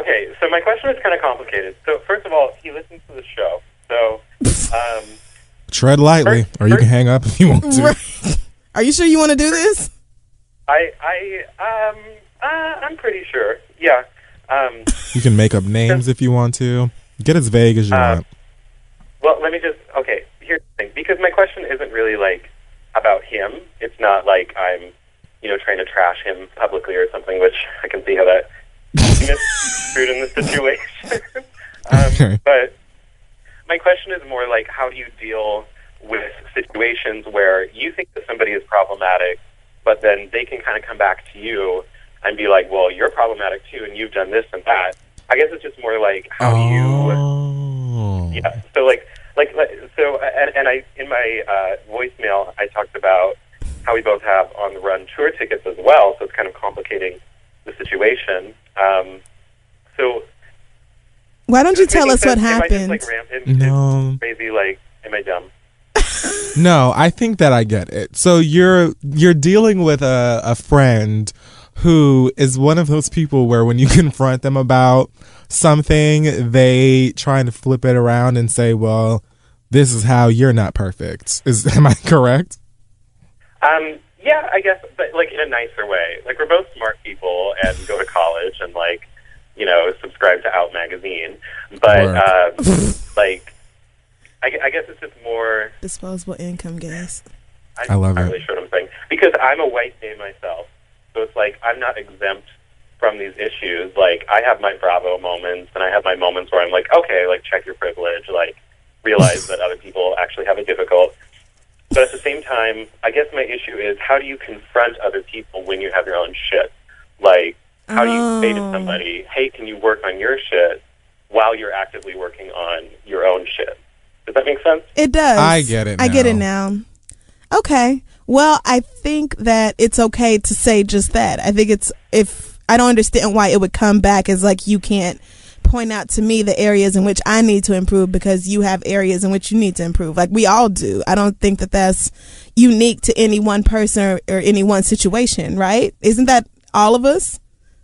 Okay, so my question is kind of complicated. So first of all, he listens to the show. So um,
Tread lightly, or you can hang up if you want to.
Are you sure you want to do this?
I I um uh, I'm pretty sure. Yeah. Um,
You can make up names if you want to. Get as vague as you want.
well, let me just okay. Here's the thing, because my question isn't really like about him. It's not like I'm you know trying to trash him publicly or something, which I can see how that misconstrued in the situation. um, but my question is more like, how do you deal with situations where you think that somebody is problematic, but then they can kind of come back to you and be like, well, you're problematic too, and you've done this and that. I guess it's just more like how do you, yeah. So like, like, like- so, and, and I in my uh, voicemail, I talked about how we both have on the run tour tickets as well, so it's kind of complicating the situation. Um, so
Why don't you tell
making
us what
sense? Am I just,
happened?
like, ram- am-
No.
crazy, like, am I dumb?
No, I think that I get it. So you're you're dealing with a, a friend who is one of those people where when you confront them about something, they try and flip it around and say, "Well, this is how you're not perfect." Is am I correct?
Um, yeah, I guess, but like in a nicer way. Like we're both smart people and go to college and like, you know, subscribe to Out magazine. But
Word.
um, like, I, gu- I guess it's just more.
Disposable income gas.
I'm
I love
not
it.
really sure what I'm saying because I'm a white man myself, so it's like I'm not exempt from these issues. Like I have my Bravo moments, and I have my moments where I'm like, okay, like check your privilege, like realize that other people actually have it difficult. But at the same time, I guess my issue is how do you confront other people when you have your own shit? Like how do you say
Oh.
to somebody, hey, can you work on your shit while you're actively working on your own shit? Does that make sense?
It does.
I get it
I get it now. Okay. Well, I think that it's okay to say just that. I think it's if I don't understand why it would come back as like you can't point out to me the areas in which I need to improve because you have areas in which you need to improve. Like we all do. I don't think that that's unique to any one person or, or any one situation, right? Isn't that all of us?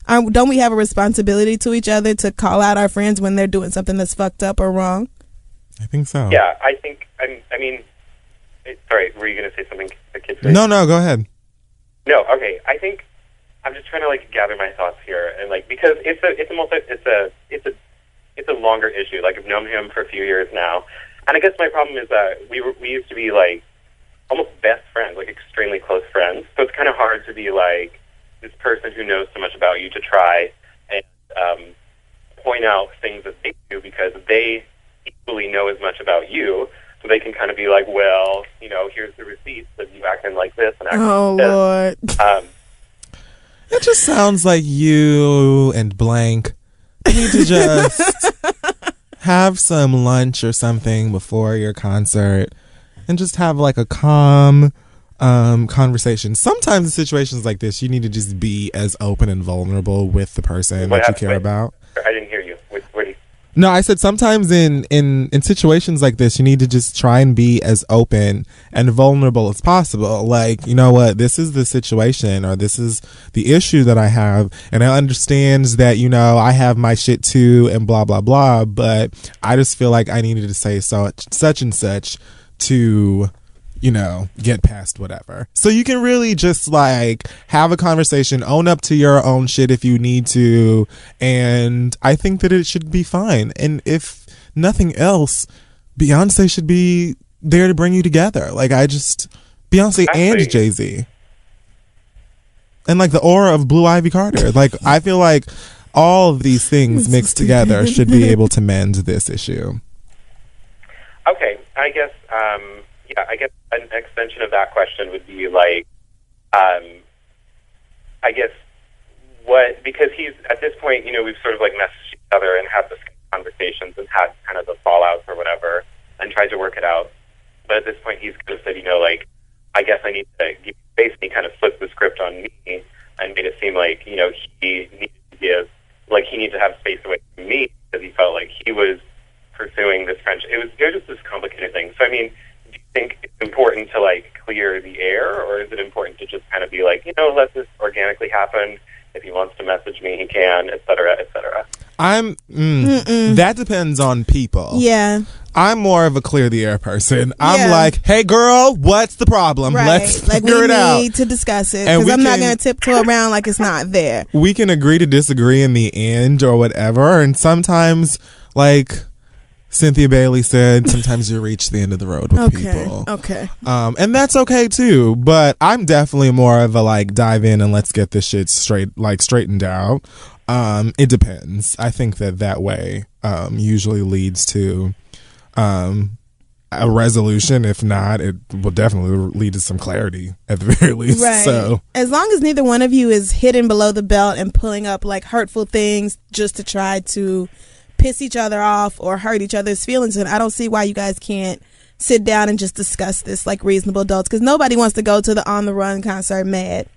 Aren't- don't we have a responsibility to each other to call out our friends when they're doing something that's fucked up or wrong?
I think so.
Yeah, I think. I mean, I mean it, sorry, were you going to say something? The kid said?
No, no, Oh, go ahead.
No, okay. I think I'm just trying to like gather my thoughts here, and like because it's a it's a multi it's a it's a it's a longer issue. Like I've known him for a few years now, and I guess my problem is that we were, we used to be like almost best friends, like extremely close friends. So it's kind of hard to be like this person who knows so much about you to try and um, point out things that they do because they equally know as much about you. So they can kind of be like, well, you know, here's the receipts of you acting like this and acting
Oh,
like this.
Lord.
Um,
It just sounds like you and blank need to just have some lunch or something before your concert and just have like a calm um, conversation. Sometimes in situations like this, you need to just be as open and vulnerable with the person
What
that you
happened?
care
Wait.
about.
I didn't hear you. What, what do you
No, I said sometimes in, in in situations like this, you need to just try and be as open and vulnerable as possible. Like, you know what, this is the situation or this is the issue that I have, and I understand that you know I have my shit too, and blah blah blah. But I just feel like I needed to say so such and such to you know, get past whatever. So you can really just like have a conversation, own up to your own shit if you need to. And I think that it should be fine. And if nothing else, Beyonce should be there to bring you together. Like, I just, Beyonce and Jay Z. And like the aura of Blue Ivy Carter. Like, I feel like all of these things mixed together should be able to mend this issue.
Okay, I guess um, yeah, I guess an extension of that question would be like, um, I guess what because he's at this point, you know, we've sort of like messaged each other and had this conversations and had kind of the fallouts or whatever, and tried to work it out. But at this point, he's kind of said, you know, like, I guess I need to give you space, and he kind of flipped the script on me and made it seem like you know he needed to give, like he needed to have space away from me because he felt like he was pursuing this friendship. It was it was just this complicated thing. So I mean, do you think it's important to like clear the air, or is it important to just kind of be like, you know, let this organically happen? If he wants to message me, he can, et cetera, et cetera.
I'm mm,
Mm-mm.
that depends on people.
Yeah.
I'm more of a clear the air person. I'm
Yeah.
like, hey girl, what's the problem?
right.
Let's
like
figure
we
it out.
need to discuss it
And
because
we
I'm not
can-
going to tiptoe around like it's not there.
We can agree to disagree in the end or whatever. And sometimes, like Cynthia Bailey said, sometimes you reach the end of the road with
Okay.
people.
Okay.
Um, and that's okay too. But I'm definitely more of a like dive in and let's get this shit straight, like straightened out. Um, it depends. I think that that way um, usually leads to um, a resolution. If not, it will definitely lead to some clarity at the very least. So
as long as neither one of you is hidden below the belt and pulling up like hurtful things just to try to piss each other off or hurt each other's feelings, and I don't see why you guys can't sit down and just discuss this like reasonable adults because nobody wants to go to the on the run concert mad.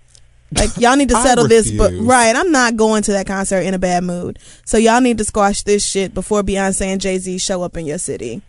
Like y'all need to
I
settle this, but
refuse.
right, I'm not going to that concert in a bad mood. So y'all need to squash this shit before Beyonce and Jay Z show up in your city.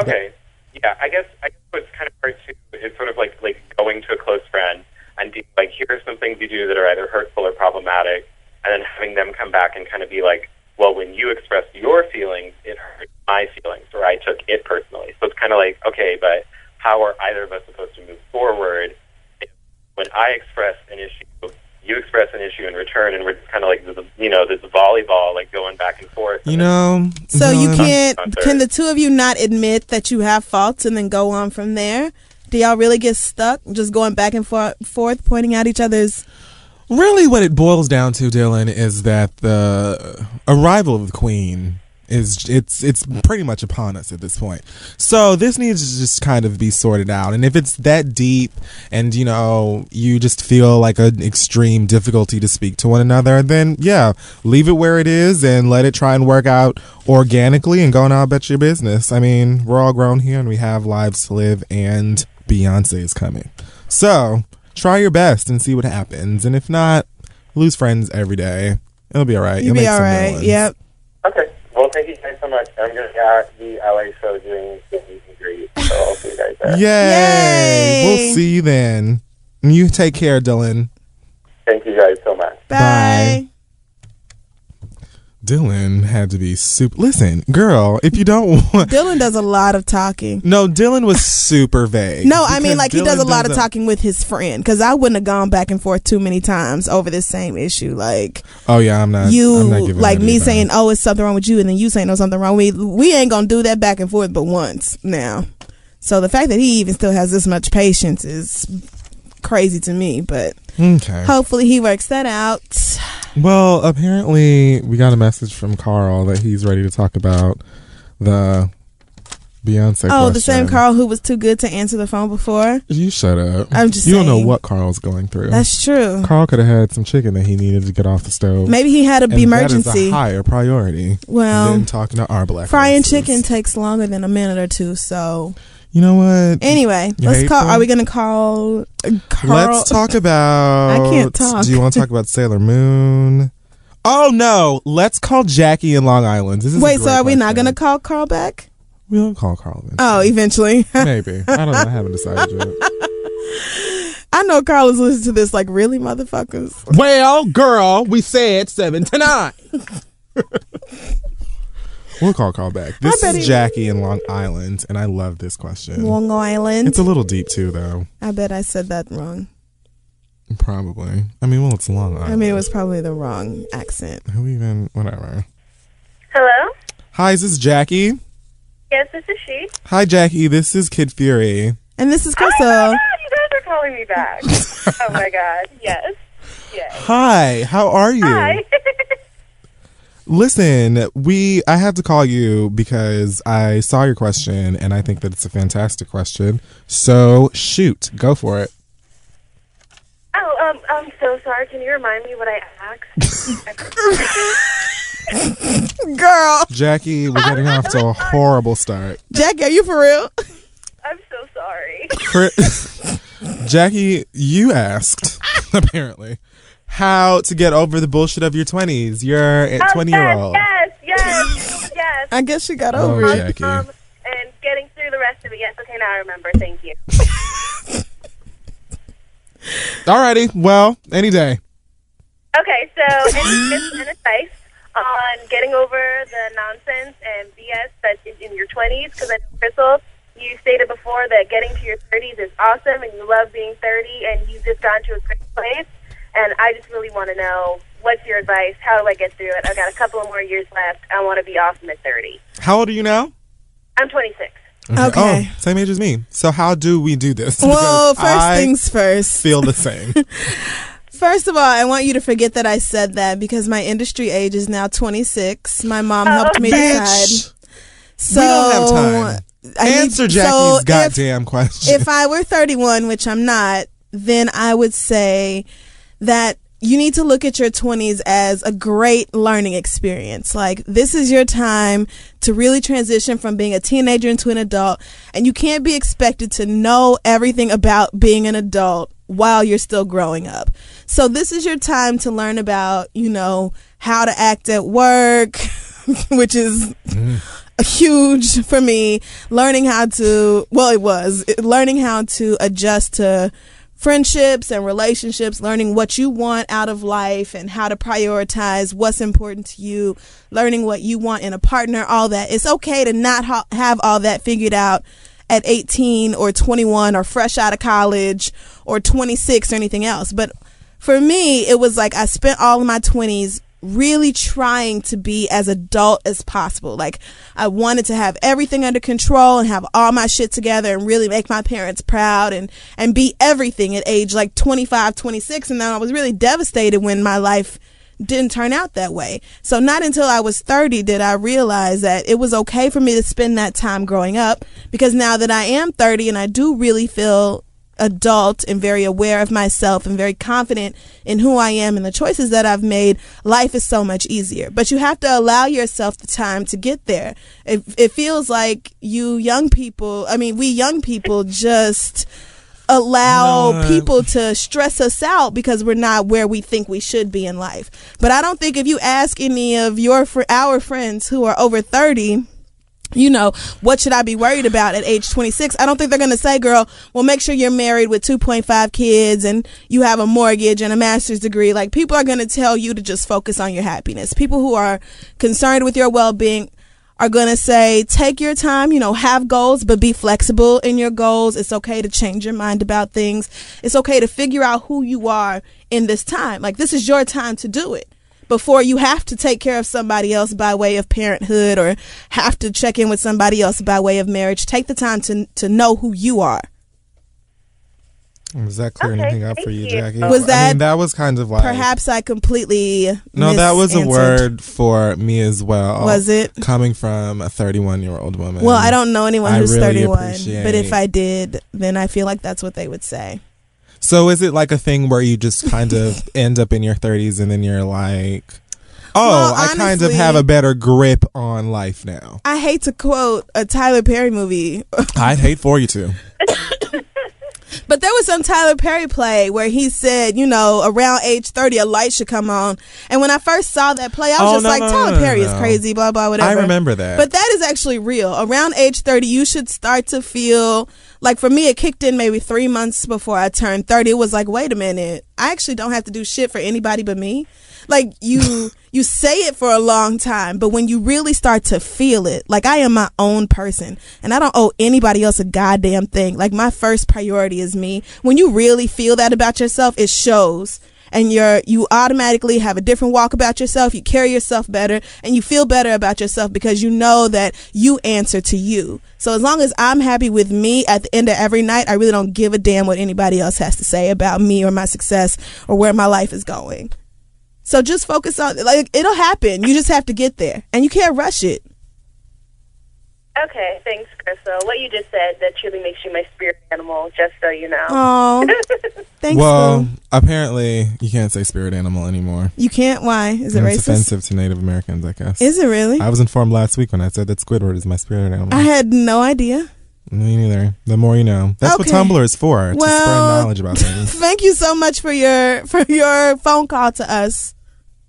Okay. Yeah, I guess I guess what's kind of hard too is sort of like like going to a close friend and being like, here are some things you do that are either hurtful or problematic, and then having them come back and kind of be like, well, when you express your feelings, it hurt my feelings, or I took it personally. So it's kind of like, okay, but how are either of us supposed to move forward if when I express an issue, you express an issue in return, and we're just kind of like, this, you know, this volleyball like going back and forth.
you know.
So you
know,
can't. Can the two of you not admit that you have faults and then go on from there? Do y'all really get stuck just going back and for- forth, pointing out each other's?
Really, what it boils down to, Dylan, is that the arrival of the Queen is it's it's pretty much upon us at this point. So this needs to just kind of be sorted out. And if it's that deep, and you know you just feel like an extreme difficulty to speak to one another, then yeah, leave it where it is and let it try and work out organically and go on about your business. I mean, we're all grown here and we have lives to live, and Beyonce is coming. So try your best and see what happens. And if not, lose friends every day. It'll be all right.
You
You'll
be
make
all
some new
right.
ones.
Yep.
Okay. Well, thank you guys so much. I'm going to be at the LA show doing the meet and greet. So I'll see you guys there.
Yay. We'll see you then. You take care, Dylan.
Thank you guys so much.
Bye. Dylan had to be super. Listen, girl, if you don't want.
Dylan does a lot of talking.
No, Dylan was super vague.
No, I mean
Because
like he does
Dylan
a lot of
doesn't-
talking with his friend because I wouldn't have gone back and forth too many times over this same issue. Like
Oh, yeah, I'm not.
you,
I'm not giving
like
that
me
either.
saying, "Oh, it's something wrong with you," and then you saying, "Oh, something wrong with me." We ain't gonna do that back and forth, but once now. So the fact that he even still has this much patience is crazy to me. But
Okay.
hopefully he works that out.
Well, apparently we got a message from Carl that he's ready to talk about the Beyonce.
oh, the same
question.
Carl who was too good to answer the phone before.
You shut up.
I'm just
You don't know
saying.
what Carl's going through.
That's true.
Carl could have had some chicken that he needed to get off the stove.
Maybe he had a
And that is
emergency.
higher priority.
Well,
than talking to our black.
Frying
asses.
chicken takes longer than a minute or two, so
You know what?
anyway,
You
let's call.
hateful?
Are we gonna call? uh, Carl?
Let's talk about.
I can't talk.
Do you want to talk about Sailor Moon? Oh no! Let's call Jackie in Long Island. This is a
Wait, so
great
are we not
question.
gonna call Carl back?
We'll call Carl. Then.
Oh, eventually.
Maybe I don't know. I haven't decided yet.
I know Carl is listening to this. Like, really, motherfuckers?
Well, girl, we said seven to nine. We'll call Carl back. This
bet
is
he-
Jackie in Long Island, and I love this question.
Long Island.
It's a little deep too, though.
I bet I said that wrong.
Probably. I mean, well, it's Long Island.
I mean, it was probably the wrong accent.
Who even? Whatever.
Hello?
Hi, is this Jackie?
Yes, this is she.
Hi, Jackie. This is Kid Fury.
And this is
Oh
Crystal.
Ah,
my God, you guys are calling me back. oh my God. Yes. Yes.
Hi. How are you?
Hi.
Listen, we I had to call you because I saw your question and I think that it's a fantastic question. So shoot, go for it.
oh, um, I'm so sorry. Can you remind me what I asked?
Girl.
Jackie, we're getting off to a horrible start.
Jackie, are you for real?
I'm so sorry.
Cri- Jackie, you asked apparently how to get over the bullshit of your twenties. You're a
Um,
twenty year old.
Yes, yes, yes.
I guess she got
Oh,
over it.
Jackie.
And getting through the rest of it. Yes, okay, now I remember. Thank you.
Alrighty, well, any day.
Okay, so any tips and advice on um, getting over the nonsense and BS that is in your 20s? Because I know, Crystal, you stated before that getting to your 30s is awesome and you love being 30 and you've just gone to a great place. And I just really want to know what's your advice? How do I get through it? I've got a couple of more years left. I want to be awesome at 30.
How old are you now?
I'm 26.
Okay.
Oh, same age as me. So how do we do this?
Well,
Because
first
I
things first.
Feel the same.
First of all, I want you to forget that I said that because my industry age is now 26. My mom helped me
Bitch.
decide. So
we don't have time.
I need-
Answer Jackie's
so if-
goddamn question.
If I were 31, which I'm not, then I would say that you need to look at your 20s as a great learning experience. Like, this is your time to really transition from being a teenager into an adult, and you can't be expected to know everything about being an adult while you're still growing up. So, this is your time to learn about, you know, how to act at work, which is huge for me learning how to well it was it- learning how to adjust to friendships and relationships learning what you want out of life and how to prioritize what's important to you learning what you want in a partner all that it's okay to not ha- have all that figured out at 18 or 21 or fresh out of college or 26 or anything else but for me, it was like I spent all of my 20s really trying to be as adult as possible. Like I wanted to have everything under control and have all my shit together and really make my parents proud and and be everything at age like 25, 26 and then I was really devastated when my life didn't turn out that way. So not until I was 30 did I realize that it was okay for me to spend that time growing up because now that I am 30 and I do really feel adult and very aware of myself and very confident in who I am and the choices that I've made, life is so much easier. But you have to allow yourself the time to get there. It, it feels like you young people, I mean, we young people just allow
No, I-
people to stress us out because we're not where we think we should be in life. But I don't think if you ask any of your fr- our friends who are over 30 you know, what should I be worried about at age 26? I don't think they're going to say, girl, well, make sure you're married with 2.5 kids and you have a mortgage and a master's degree. Like, people are going to tell you to just focus on your happiness. People who are concerned with your well being are going to say, take your time, you know, have goals, but be flexible in your goals. It's okay to change your mind about things. It's okay to figure out who you are in this time. Like, this is your time to do it before you have to take care of somebody else by way of parenthood or have to check in with somebody else by way of marriage. Take the time to to know who you are.
Was that clear anything up for you, Jackie?
Was
I
that
mean, that was kind of like
Perhaps I completely
No, that was a
misanswered.
word for me as well.
Was it?
coming from a 31 year old woman?
Well, I don't know anyone
I
who's
really
31, but
appreciate-
if I did, then I feel like that's what they would say.
so is it like a thing where you just kind of end up in your 30s and then you're like, oh,
Well,
I kind of
honestly-
have a better grip on life now.
I hate to quote a Tyler Perry movie,
I'd hate for you to.
But there was some Tyler Perry play where he said, you know, around age 30, a light should come on. And when I first saw that play, I
Oh,
was just
no,
like,
no,
Tyler
no, no,
Perry is
no.
crazy, blah, blah, whatever.
I remember that.
But that is actually real. Around age 30, you should start to feel like for me, it kicked in maybe three months before I turned 30. It was like, wait a minute, I actually don't have to do shit for anybody but me. Like you, you say it for a long time, but when you really start to feel it, like I am my own person and I don't owe anybody else a goddamn thing. Like my first priority is me. When you really feel that about yourself, it shows and you're you automatically have a different walk about yourself you carry yourself better and you feel better about yourself because you know that you answer to you so as long as i'm happy with me at the end of every night i really don't give a damn what anybody else has to say about me or my success or where my life is going so just focus on like it'll happen you just have to get there and you can't rush it
Okay, thanks, Crystal. What you just said that truly makes you my spirit animal. Just so you know.
oh thanks
well,
Lou.
apparently you can't say spirit animal anymore.
you can't why is it
And
racist
It's offensive to Native Americans, I guess.
Is it really?
I was informed last week when I said that Squidward is my spirit animal.
i had no idea
Me neither. The more you know. That's
Okay.
what Tumblr is for, to
Well-
spread knowledge about things.
thank you so much for your for your phone call to us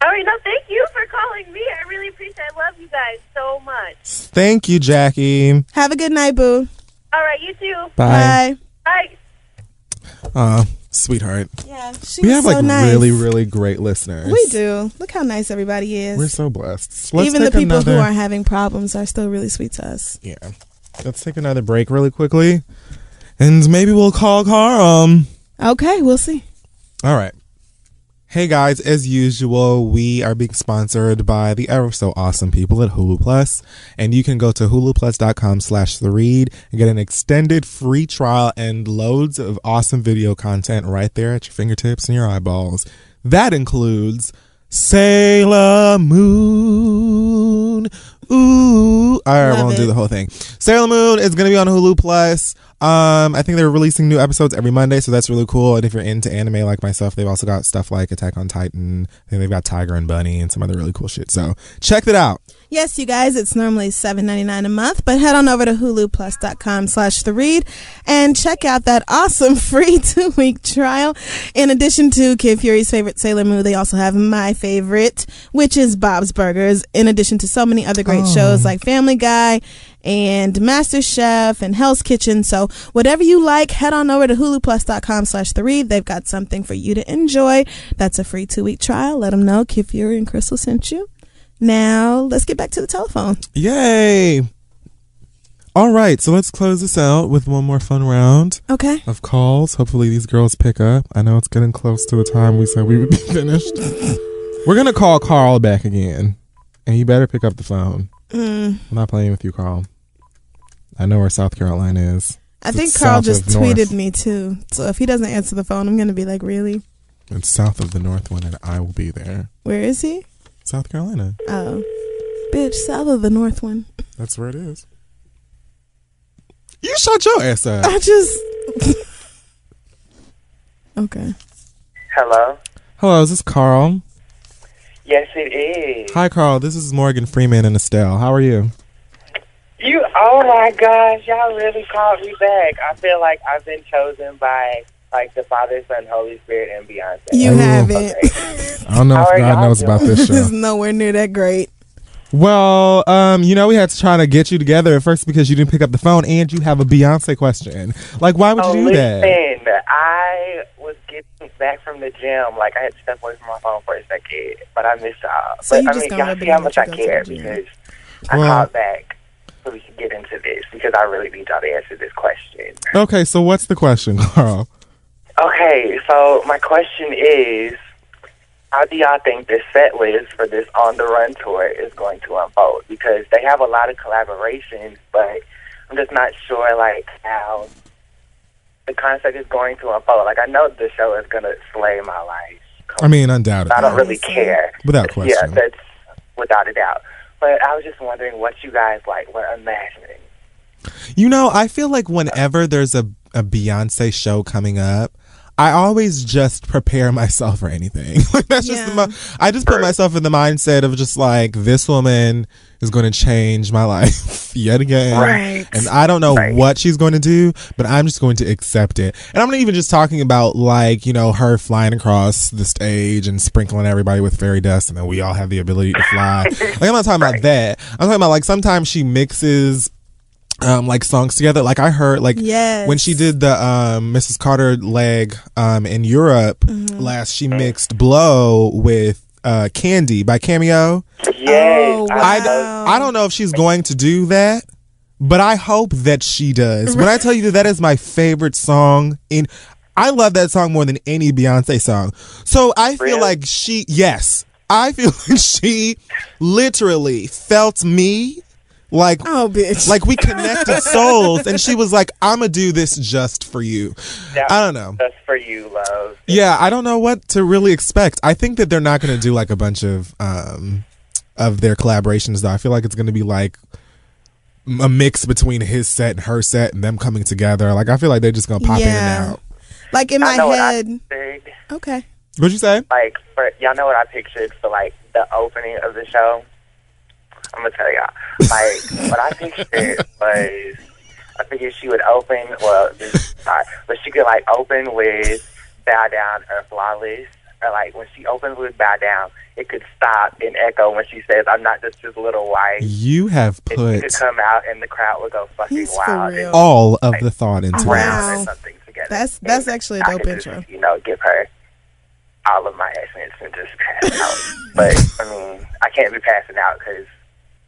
All right, no, thank you for calling me. I really appreciate. I love you guys so much.
Thank you, Jackie.
Have a good night, boo.
All right, you too.
Bye.
Bye.
Aw, sweetheart.
Yeah, she
we
was
have
so
like
nice.
really, really great listeners.
We do. Look how nice everybody is.
We're so blessed. Let's
Even the
take
people
another,
who are having problems are still really sweet to us.
Yeah. Let's take another break really quickly. And maybe we'll call Carl.
Okay, we'll see.
All right. Hey guys, as usual, we are being sponsored by the ever so awesome people at Hulu Plus, and you can go to huluplus.com slash the read and get an extended free trial and loads of awesome video content right there at your fingertips and your eyeballs. That includes Sailor Moon. Ooh, all right, I won't do the whole thing. Sailor Moon is going to be on Hulu Plus. Um, I think they're releasing new episodes every Monday, so that's really cool. And if you're into anime like myself, they've also got stuff like Attack on Titan. I think they've got Tiger and Bunny and some other really cool shit. So check that out.
Yes, you guys, it's normally seven ninety nine a month, but head on over to huluplus.com slash the read and check out that awesome free two week trial. In addition to Kid Fury's favorite Sailor Moon, they also have my favorite, which is Bob's Burgers, in addition to so many other great
Oh.
shows like Family Guy and Master Chef and Hell's Kitchen. So whatever you like, head on over to huluplus.com slash the read. They've got something for you to enjoy. That's a free two week trial. Let them know Kid Fury and Crystal sent you. Now let's get back to the telephone.
Yay! All right, so let's close this out with one more fun round.
Okay.
Of calls. Hopefully these girls pick up. I know it's getting close to the time we said we would be finished. We're gonna call Carl back again, and you better pick up the phone.
Mm.
I'm not playing with you, Carl. I know where South Carolina is.
I
It's
think Carl
south
just
of North.
tweeted me too. So if he doesn't answer the phone, I'm gonna be like, really?
It's south of the north one, and I will be there.
Where is he?
South Carolina.
Oh, bitch, south of the north one.
That's where it is. You shut your ass up.
I just. okay.
Hello.
Hello, is this Carl?
Yes, it is.
Hi, Carl. This is Morgan Freeman and Estelle. How are you?
You. Oh my gosh, y'all really called me back. I feel like I've been chosen by like the Father, Son, Holy Spirit, and Beyonce.
You
Ooh.
haven't.
I don't know if God knows about this show.
it's nowhere near that great.
Well, um, you know, we had to try to get you together at first because you didn't pick up the phone and you have a Beyonce question. Like, why would
oh,
you do
listen,
that?
I was getting back from the gym. Like I had stepped away from my phone for a second, but I missed y'all.
So
but
you
I
just
mean,
don't
y'all
let
see
them
how
let
much
you
I
go to
care
the gym.
because I
Well-
called back so we could get into this because I really need y'all to answer this question.
Okay, so what's the question, Carl?
Okay, so my question is, how do y'all think the set list for this On the Run tour is going to unfold? Because they have a lot of collaborations, but I'm just not sure like how the concept is going to unfold. Like I know the show is gonna slay my life.
I mean,
So
undoubtedly.
I don't really care.
Without
Yeah,
question.
that's without a doubt. But I was just wondering what you guys like were imagining.
You know, I feel like whenever there's a, a Beyonce show coming up, I always just prepare myself for anything. Like that's just the mo- I just put myself in the mindset of just like this woman is going to change my life yet again,
Right.
and I don't know what she's going to do, but I'm just going to accept it. And I'm not even just talking about like you know her flying across the stage and sprinkling everybody with fairy dust, and then we all have the ability to fly. like I'm not talking about that. I'm talking about like sometimes she mixes um like songs together like i heard like
Yes.
when she did the um mrs carter leg um in europe last she mixed blow with uh candy by cameo
Yes,
Oh,
Uh,
I, I don't know if she's going to do that but i hope that she does when i tell you that that is my favorite song in i love that song more than any beyonce song so i feel like she yes i feel like she literally felt me like
oh bitch
like we connected souls and she was like i'ma do this just for you
That-
i don't know
That's for you, love.
yeah i don't know what to really expect i think that they're not gonna do like a bunch of um of their collaborations though i feel like it's gonna be like a mix between his set and her set and them coming together like i feel like they're just gonna pop in and out
Like in
I
my
know what I
head.
pictured.
Okay.
what'd you say
Like for y'all know what I pictured for like the opening of the show. I'm gonna tell y'all. Like what I pictured was I figured she would open well this is not, but she could like open with Bow Down or Flawless. Or like when she opens with Bow Down, it could stop and echo when she says, I'm not just his little wife.
you have
And she
put
could come out and the crowd would go fucking
He's for
wild.
real.
and
all of the thought into
Wow.
this
That's that's actually a
I
dope
could
intro.
just, you know, give her all of my essence and just pass out. but I mean, I can't be passing out because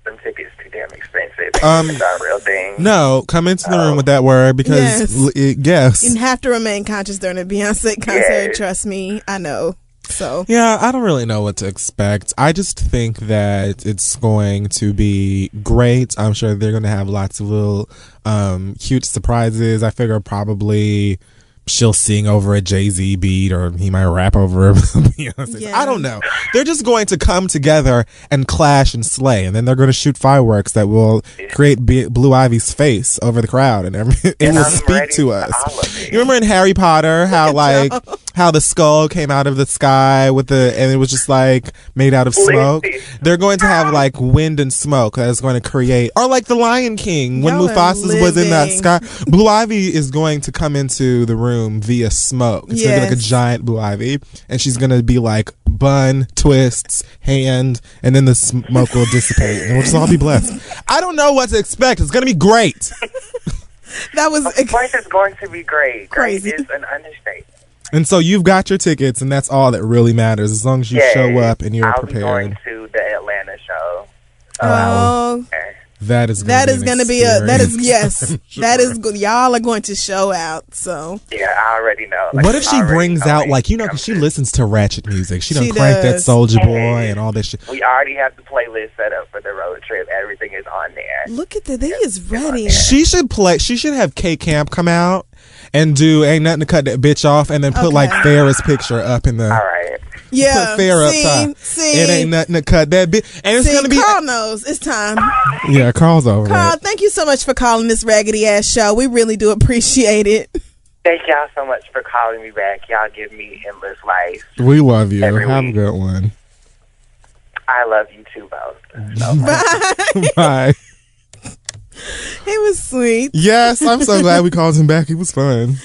them tickets too damn expensive.
Um,
it's not a real thing. Oh.
no come into the room with that word
Yes.
because l- it- yes
You have to remain conscious during a Beyonce concert.
Yes.
Trust me, I know. So
Yeah, I don't really know what to expect. I just think that it's going to be great. I'm sure they're going to have lots of little um, cute surprises. I figure probably she'll sing over a Jay Z beat or he might rap over a Beyonce. I don't know. They're just going to come together and clash and slay, and then they're going to shoot fireworks that will create Be- Blue Ivy's face over the crowd, and every- it
And
will
I'm
speak
ready
to
for
us. You remember in Harry Potter how like how the skull came out of the sky with the and it was just like made out of smoke. They're going to have like wind and smoke that is going to create, or like the Lion King when
Y'all are
Mufasa was in that
living.
sky. Blue Ivy is going to come into the room via smoke. It's gonna be like a
Yes.
giant blue ivy, and she's gonna be like bun twists hand, and then the smoke will dissipate, and we'll just all be blessed. I don't know what to expect. It's gonna be great.
that was
Of course, it's going to be great.
Crazy.
Great is an understatement.
And so you've got your tickets, and that's all that really matters. As long as you
Yes,
show up and you're
I'll
prepared,
be going um, to the Atlanta show.
oh,
that is gonna
that
be
is
an
gonna be a that is
experience.
yes that is good. Y'all are going to show out. So
Yeah, I already know. Like,
What if she
I already
brings
know.
out like you know? 'cause she listens to ratchet music. She done
She
crank that
does.
Soldier Boy and all that shit.
We already have the playlist set up for the road trip. Everything is on there.
look at the they is ready.
She should play. She should have K Camp come out and do "Ain't Nothing to Cut That Bitch Off" and then put like Farrah's picture up in the. All
right.
Yeah,
Put Farrah
see,
up top.
see.
It ain't nothing to cut that bitch. And it's
See,
gonna be.
Carl knows it's time.
Yeah, Carl's over
Carl,
it.
thank you so much for calling this raggedy ass show. We really do appreciate it.
Thank y'all so much for calling me back. Y'all give me endless life.
We love you. Have a good one.
I love you too, both.
Bye.
It was sweet.
Yes, I'm so glad we called him back. He was fun.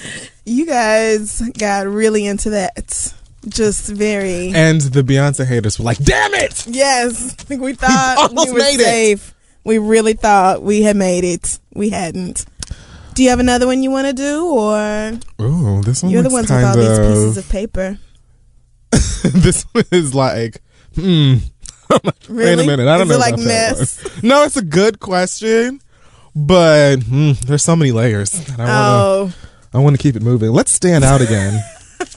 You guys got really into that. just very.
And the Beyonce haters were like, damn it!
Yes, we thought we,
almost
were
made it.
safe. We really thought we had made it. We hadn't. Do you have another one you want to do, or
Ooh, this one
you're the
looks
ones with
kind
all these pieces
of-
of paper?
this one is like, hmm. I'm like, Wait
Really?
a minute. I don't
Is
know.
it like
about that
mess?
one. No, it's a good question, but hmm, there's so many layers. And I
Oh.
wanna, I want to keep it moving. Let's stand out again.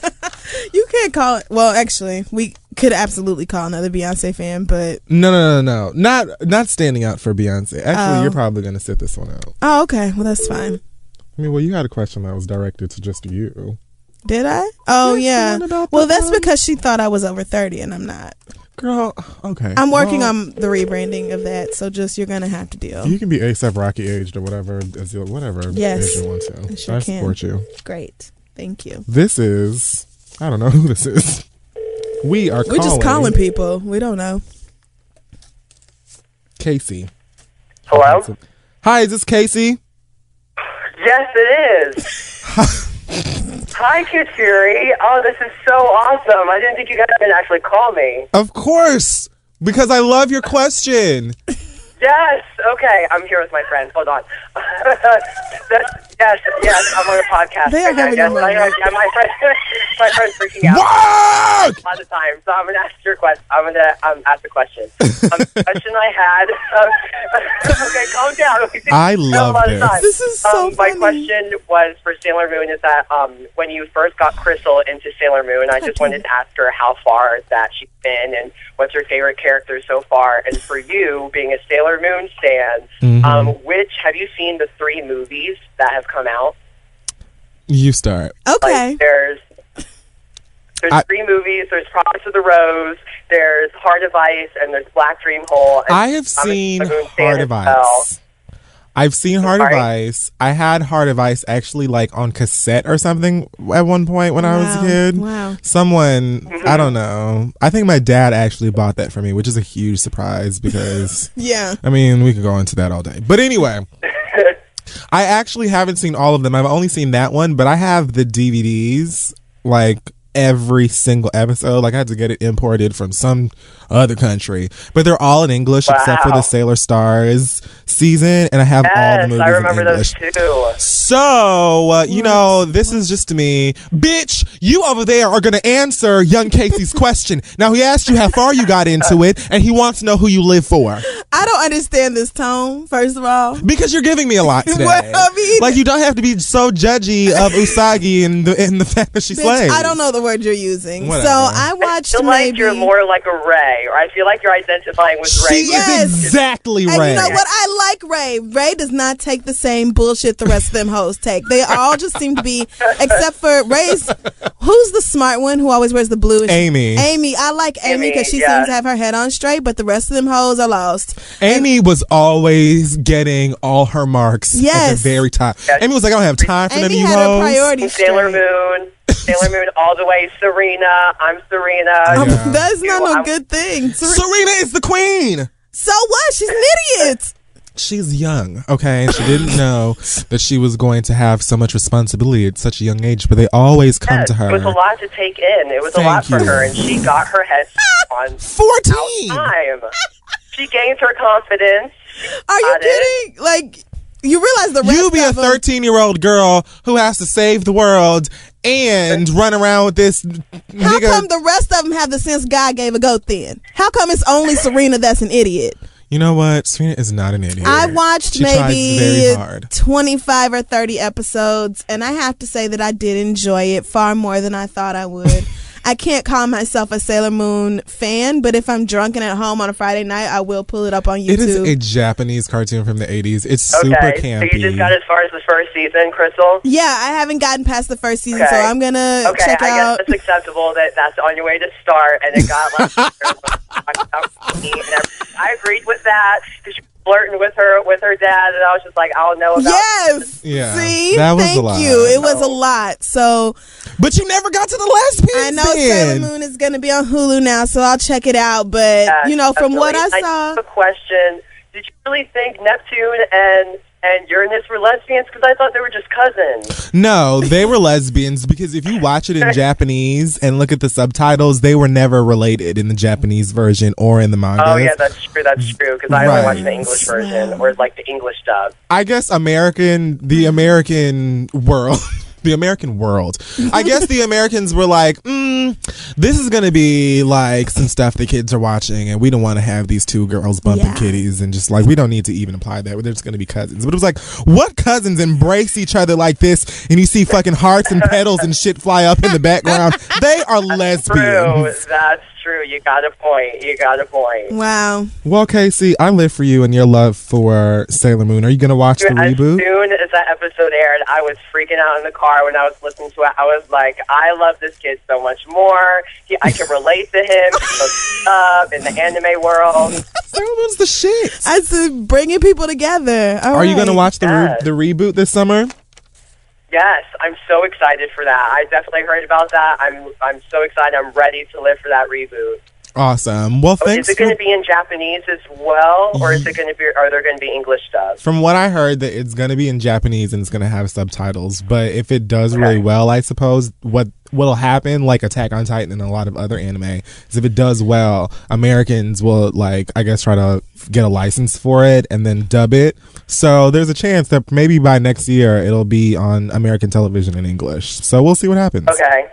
You could call it. Well, actually, we could absolutely call another Beyonce fan, but
no, no, no, no. Not not standing out for Beyonce. Actually,
Oh.
you're probably going to sit this one out.
oh, okay. Well, that's fine.
I mean, well, you had a question that was directed to just you.
Did I? Oh yeah. Well, that's because she thought I was over thirty, and I'm not.
Girl, okay.
I'm working
Well,
on the rebranding of that, so just you're gonna have to deal.
You can be ASAP Rocky aged or whatever, as you- whatever
yes,
age you want to.
I sure can.
support you.
Great, thank you.
This is, I don't know who this is. We are
We're just calling people. We don't know.
Casey.
Hello?
Hi, is this Casey?
Yes, it is. Hi, Kid Fury. Oh, this is so awesome. I didn't think you guys would actually call me.
Of course, because I love your question.
Yes. Okay, I'm here with my friend. Hold on. That's, yes, yes, I'm on a podcast.
They are
right now.
having a
yes, I heard,
moment.
yeah, my friend, my friend's freaking out a lot of times. So I'm gonna ask your question. I'm gonna um, ask a question. Um, the question I had. Um, okay, calm down. We didn't
I
kill
love
a lot of
this.
time.
This is
so um, My question was for Sailor Moon. Is that um, when you first got Crystal into Sailor Moon? I just wanted to ask her how far that she's been and what's her favorite character so far. And for you, being a Sailor Moon stan,
Mm-hmm.
um, which have you seen the three movies that have come out?
You start.
Like, there's there's
I-
three movies. There's Promise of the Rose. There's Heart of Ice, and there's Black Dream Hole. And
I have
I'm a
seen
Sailor Moon fan
Heart
as
of
well.
Ice. I've seen Heart of Ice. I had Heart of Ice actually like on cassette or something at one point when I was a
Wow,
kid.
wow.
Someone, I don't know. I think my dad actually bought that for me, which is a huge surprise because
Yeah.
I mean, we could go into that all day. But anyway, I actually haven't seen all of them. I've only seen that one, but I have the DVDs like every single episode. Like I had to get it imported from some other country, but they're all in English except for
Wow.
the Sailor Stars season, and I have all the
Yes,
movies
I remember
in English.
those too.
So, uh, you know, this is just to me. Bitch, you over there are going to answer young Casey's question. Now, he asked you how far you got into it, and he wants to know who you live for.
I don't understand this tone. First of all,
Because you're giving me a lot today.
Well, I mean-
like, you don't have to be so judgy of Usagi and the, and the fact that she
bitch,
slays.
I don't know the word you're using.
Whatever.
So I watched
I feel like
maybe.
you're more like a Ray, or I feel like you're identifying with
She
Ray.
is exactly
and
right.
you know what? I like Ray. Ray does not take the same bullshit the rest of them hoes take. They all just seem to be, except for Ray's. Who's the smart one who always wears the blue?
Amy.
Amy. I like Amy because she
Amy, yeah.
seems to have her head on straight, but the rest of them hoes are lost.
Amy was always getting all her marks at
Yes.
the very top. Amy was like, I don't have time for them,
Amy
you
had her
hoes.
priorities
Sailor
straight.
Moon, Sailor Moon, all the way. Serena, I'm Serena.
Um, Yeah.
That's
You,
not no
I'm-
good thing. Ser-
Serena is the queen.
so what? She's an idiot.
she's young, okay? And she didn't know that she was going to have so much responsibility at such a young age, but they always come
Yes,
to her.
It was a lot to take in. It was
Thank
a lot for
you.
her, and she got her head on
14!
time. She gained her confidence.
Are you
Got it.
kidding? Like you realize the rest
You be a
of 'em-
13 year old girl who has to save the world and run around with this
How
nigga.
come the rest of them have the sense God gave a goat then? How come it's only Serena that's an idiot?
you know what? Serena is not an idiot.
I watched
She tries
maybe
very hard.
25 or 30 episodes, and I have to say that I did enjoy it far more than I thought I would. I can't call myself a Sailor Moon fan, but if I'm drunk and at home on a Friday night, I will pull it up on YouTube.
It is a Japanese cartoon from the 80s. It's super
okay,
campy.
so you just got as far as the first season, Crystal.
yeah, I haven't gotten past the first season, so
Okay.
I'm gonna
Okay,
check
I
out.
guess it's acceptable that that's on your way to start, and it got like. I agreed with that because you were flirting with her with her dad, and I was just like, I don't know about.
Yes.
Yeah,
See,
that was a
thank
lot.
you. It was a lot. So
but you never got to the lesbian.
I know Sailor Moon is going to be on Hulu now, so I'll check it out. But
Yes,
you know, from what I
definitely.
saw,
have a question: Did you really think Neptune and and Uranus were lesbians because I thought they were just cousins.
No, they were lesbians because if you watch it in Japanese and look at the subtitles, they were never related in the Japanese version or in the manga.
Oh yeah, that's true. That's true. Because I
Right.
only watched the English version or like the English dub.
I guess American, the American world, the American world. I guess the Americans were like, mm, this is going to be like some stuff the kids are watching, and we don't want to have these two girls bumping kitties, and just like, we don't need to even apply that. They're just going to be cousins. But it was like, what cousins embrace each other like this, and you see fucking hearts and petals and shit fly up in the background? They are
True.
lesbians.
That's true. You got a point. You got a point.
Wow.
Well, Casey, I live for you and your love for Sailor Moon. Are you going to watch the
Dude, as
reboot?
soon as that episode aired, I was freaking out in the car when I was listening to it. I was like, I love this kid so much more. He, I can relate to him. He looks up in the anime world.
Sailor Moon's the shit.
That's uh, bringing people together. All
Are you
right.
going to watch the re- the reboot this summer?
Yes, I'm so excited for that. I definitely heard about that. I'm I'm so excited. I'm ready to live for that reboot.
Awesome. Well,
Oh,
thanks.
is it going
For,
to be in Japanese as well, or is it going to be? Are there going to be English dubs?
from what I heard, that it's going to be in Japanese and it's going to have subtitles. But if it does really well, I suppose what what'll happen, like Attack on Titan and a lot of other anime, is if it does well, Americans will like I guess try to get a license for it and then dub it. So there's a chance that maybe by next year it'll be on American television in English. So we'll see what happens.
Okay.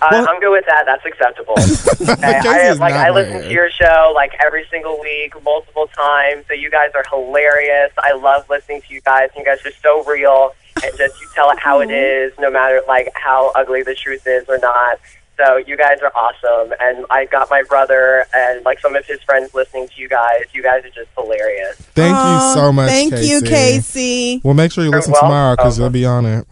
Uh, I'm good with that. That's acceptable. okay. I,
Jason's
like
not
I listen to
mad.
your show like every single week, multiple times. So you guys are hilarious. I love listening to you guys. You guys are so real, and just you tell it how it is, no matter like how ugly the truth is or not. So you guys are awesome, and I got my brother and like some of his friends listening to you guys. You guys are just hilarious.
Thank you so much.
Thank
Casey.
you, Casey.
Well, make sure you
You're
listen
welcome.
tomorrow because you'll be on it.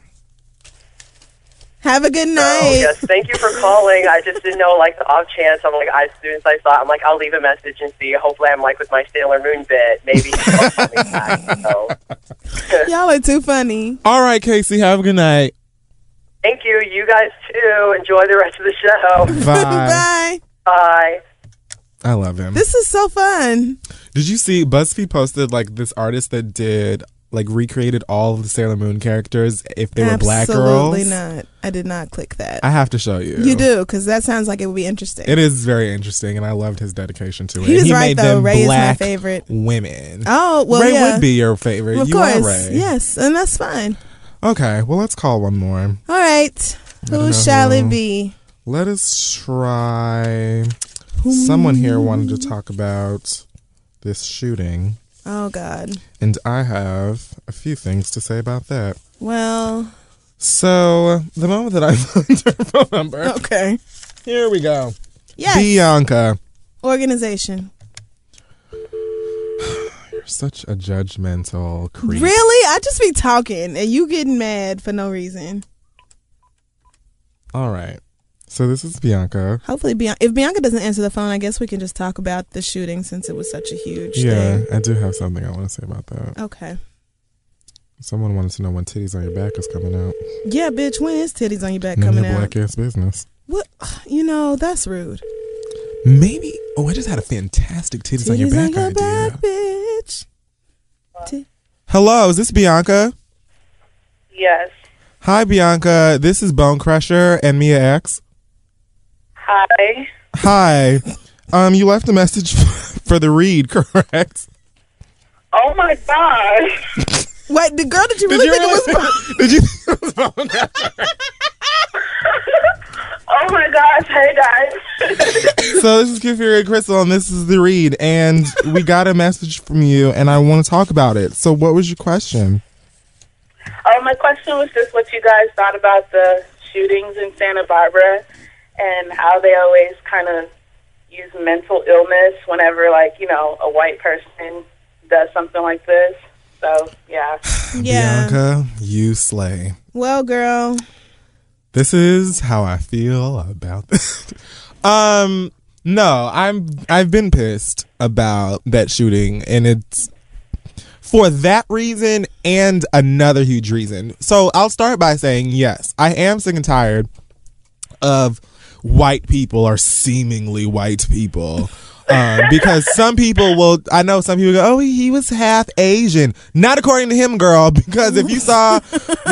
Have a good
Oh,
night.
yes, thank you for calling. I just didn't know, like, the off chance. I'm like, I, as soon as I saw it, I'm like, I'll leave a message and see. Hopefully, I'm like with my Sailor Moon bit. Maybe he'll call me back. So,
Y'all are too funny.
All right, Casey. Have a good night.
thank you. You guys, too. Enjoy the rest of the show.
Bye.
Bye.
Bye.
I love him.
This is so fun.
Did you see BuzzFeed posted like this artist that did like recreated all of the Sailor Moon characters if they were black girls?
Absolutely not. I did not click that.
I have to show you.
You do because that sounds like it would be interesting.
It is very interesting, and I loved his dedication to it.
He was
And
right,
made
though.
them
Ray is my
black
favorite.
Women.
Oh well,
Ray
yeah.
would be your favorite.
Well, of
you
course,
are Ray.
yes, and that's fine.
Okay. Well, let's call one more.
All right,
don't know
who shall
who.
it be?
Let us try. Someone here wanted to talk about this shooting,
Oh God.
and I have a few things to say about that.
Well,
So the moment that I find her phone number,
okay.
here we go.
Yes.
Bianca,
Organization.
you're such a judgmental creep.
Really? I just be talking and you getting mad for no reason.
All right. So this is Bianca.
Hopefully, Bian- if Bianca doesn't answer the phone, I guess we can just talk about the shooting since it was such a huge
Yeah,
thing.
I do have something I want to say about that.
Okay.
Someone wanted to know when titties on your back is coming out.
Yeah, bitch. When is titties on your back
None of
coming
your
out?
black ass business.
What? You know that's rude.
Maybe. Oh, I just had a fantastic titties, on your
Titties
back
on your
idea.
back, bitch. Ti-
Hello, is this Bianca?
Yes.
Hi, Bianca. This is Bone Crusher and Mia X.
Hi.
Hi. Um, you left a message for the read, correct?
Oh my gosh.
Wait, the girl, did you really think it was?
Did you?
Oh my gosh. Hey guys.
so this is Kifiri and Crystal, and this is the read, and we got a message from you, and I want to talk about it. So, what was your question?
Uh, my question was just what you guys thought about the shootings in Santa Barbara and how they always kind of use mental illness whenever, like, you know, a white person does something like this. So, yeah.
Yeah.
Bianca, you slay.
Well, girl.
This is how I feel about this. um, no, I'm I've been pissed about that shooting, and it's for that reason and another huge reason. So I'll start by saying yes, I am sick and tired of white people are seemingly white people um, because some people will. I know some people go, "Oh, he, he was half Asian." Not according to him, girl. Because if you saw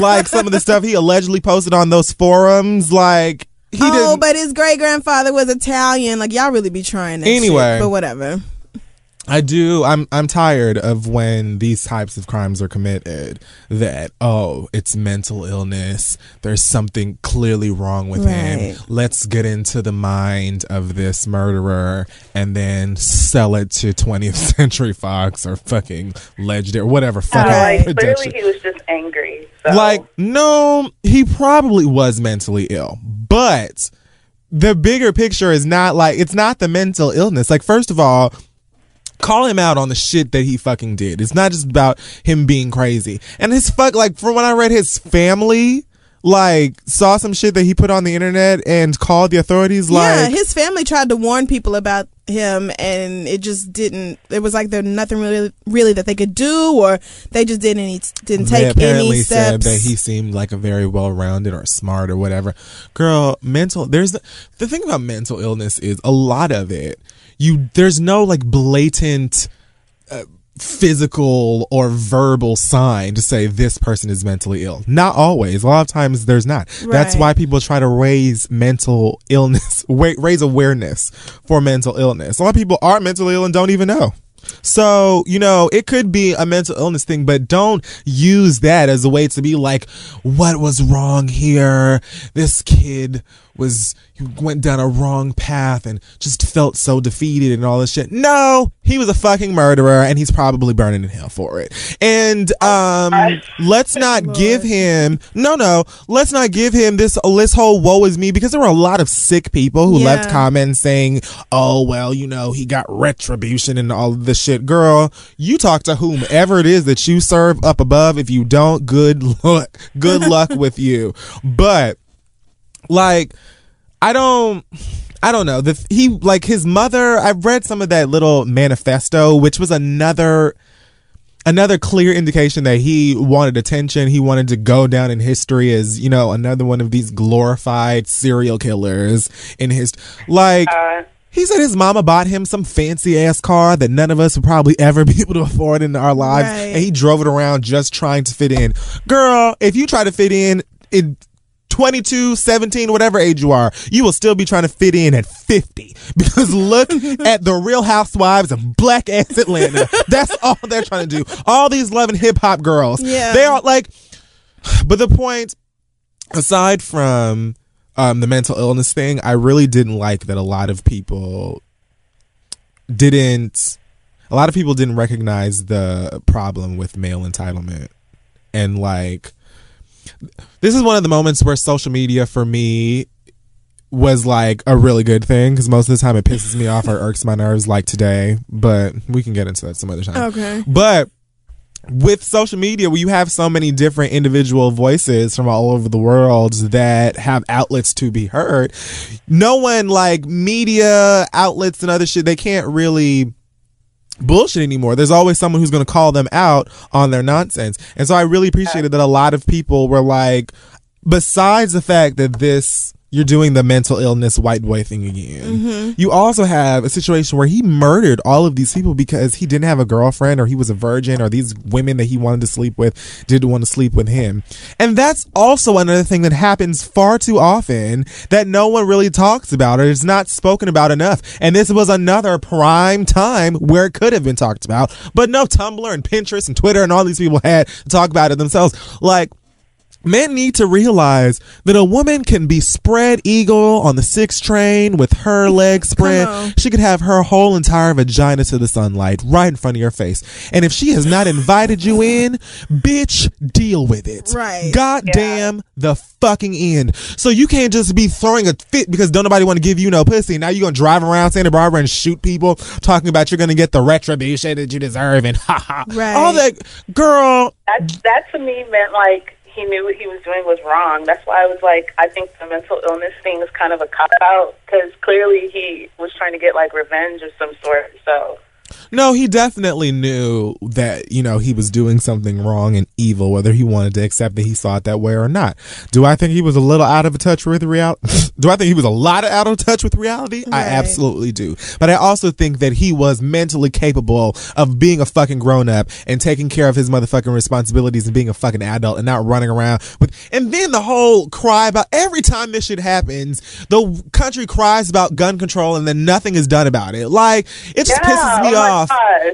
like some of the stuff he allegedly posted on those forums, like he
oh, but his great grandfather was Italian. Like y'all really be trying that. shit,
Anyway.
but whatever.
I do. I'm I'm tired of when these types of crimes are committed. That oh, it's mental illness. There's something clearly wrong with him.
Right.
Let's get into the mind of this murderer and then sell it to 20th Century Fox or fucking Legendary, whatever fucking
like,
production.
clearly he was just angry.
Like, no, he probably was mentally ill, but the bigger picture is not like it's not the mental illness. Like, first of all, call him out on the shit that he fucking did. It's not just about him being crazy. And his fuck, like, from when I read his family, like, saw some shit that he put on the internet and called the authorities,
yeah,
like,
his family tried to warn people about him, and it just didn't. It was like there's nothing really, really that they could do, or they just didn't any, didn't
they
take
apparently
any
said
steps.
that he seemed like a very well-rounded or smart or whatever. Girl, mental. There's the thing about mental illness is a lot of it. You there's no like blatant uh, physical or verbal sign to say this person is mentally ill. Not always. A lot of times there's not. That's
Right.
why people try to raise mental illness, wa- raise awareness for mental illness. A lot of people are mentally ill and don't even know. So, you know, it could be a mental illness thing, but don't use that as a way to be like, what was wrong here? This kid was, he went down a wrong path and just felt so defeated and all this shit. No, he was a fucking murderer and he's probably burning in hell for it. And, um, let's not give him, no, no, let's not give him this, this whole woe is me because there were a lot of sick people who left
Yeah.
comments comments saying, "Oh well, you know, he got retribution and all of this shit." Girl, you talk to whomever it is that you serve up above. If you don't, good luck. Good luck with you. But like, I don't. I don't know. The, he like his mother. I've read some of that little manifesto, which was another another clear indication that he wanted attention. He wanted to go down in history as, you know, another one of these glorified serial killers in his like he said his mama bought him some fancy ass car that none of us would probably ever be able to afford in our lives. And he drove it around just trying to fit in. Girl, if you try to fit in in 22, 17, whatever age you are, you will still be trying to fit in at 50. Because look at the real housewives of black ass Atlanta. That's all they're trying to do. All these loving hip hop girls.
Yeah.
They are like, but the point aside from um, the mental illness thing, I really didn't like that a lot of people didn't. A lot of people didn't recognize the problem with male entitlement, and like, this is one of the moments where social media for me was like a really good thing because most of the time it pisses me off or irks my nerves, like today. But we can get into that some other time.
Okay.
But with social media, where you have so many different individual voices from all over the world that have outlets to be heard, no one like media outlets and other shit, they can't really bullshit anymore. There's always someone who's going to call them out on their nonsense. And so I really appreciated that a lot of people were like, besides the fact that this, you're doing the mental illness white boy thing again.
Mhm.
You also have a situation where he murdered all of these people because he didn't have a girlfriend or he was a virgin or these women that he wanted to sleep with didn't want to sleep with him. And that's also another thing that happens far too often that no one really talks about or is not spoken about enough. And this was another prime time where it could have been talked about, but no Tumblr and Pinterest and Twitter and all these people had to talk about it themselves. Like, Men need to realize that a woman can be spread eagle on the six train with her legs spread. She could have her whole entire vagina to the sunlight right in front of your face. And if she has not invited you in, bitch, deal with it.
Right.
God damn the fucking end. So you can't just be throwing a fit because don't nobody want to give you no pussy. Now you're going to drive around Santa Barbara and shoot people talking about you're going to get the retribution that you deserve and ha ha. All that, girl.
That that to me meant like he knew what he was doing was wrong. That's why I was like, I think the mental illness thing is kind of a cop out because clearly he was trying to get like revenge of some sort. So
No, he definitely knew that, you know, he was doing something wrong and evil, whether he wanted to accept that he saw it that way or not. Do I think he was a little out of touch with reality? do I think he was a lot out of touch with reality? I absolutely do. But I also think that he was mentally capable of being a fucking grown up and taking care of his motherfucking responsibilities and being a fucking adult and not running around with. And then the whole cry about every time this shit happens, the country cries about gun control and then nothing is done about it. Like, it just
Yeah,
pisses me
oh my
off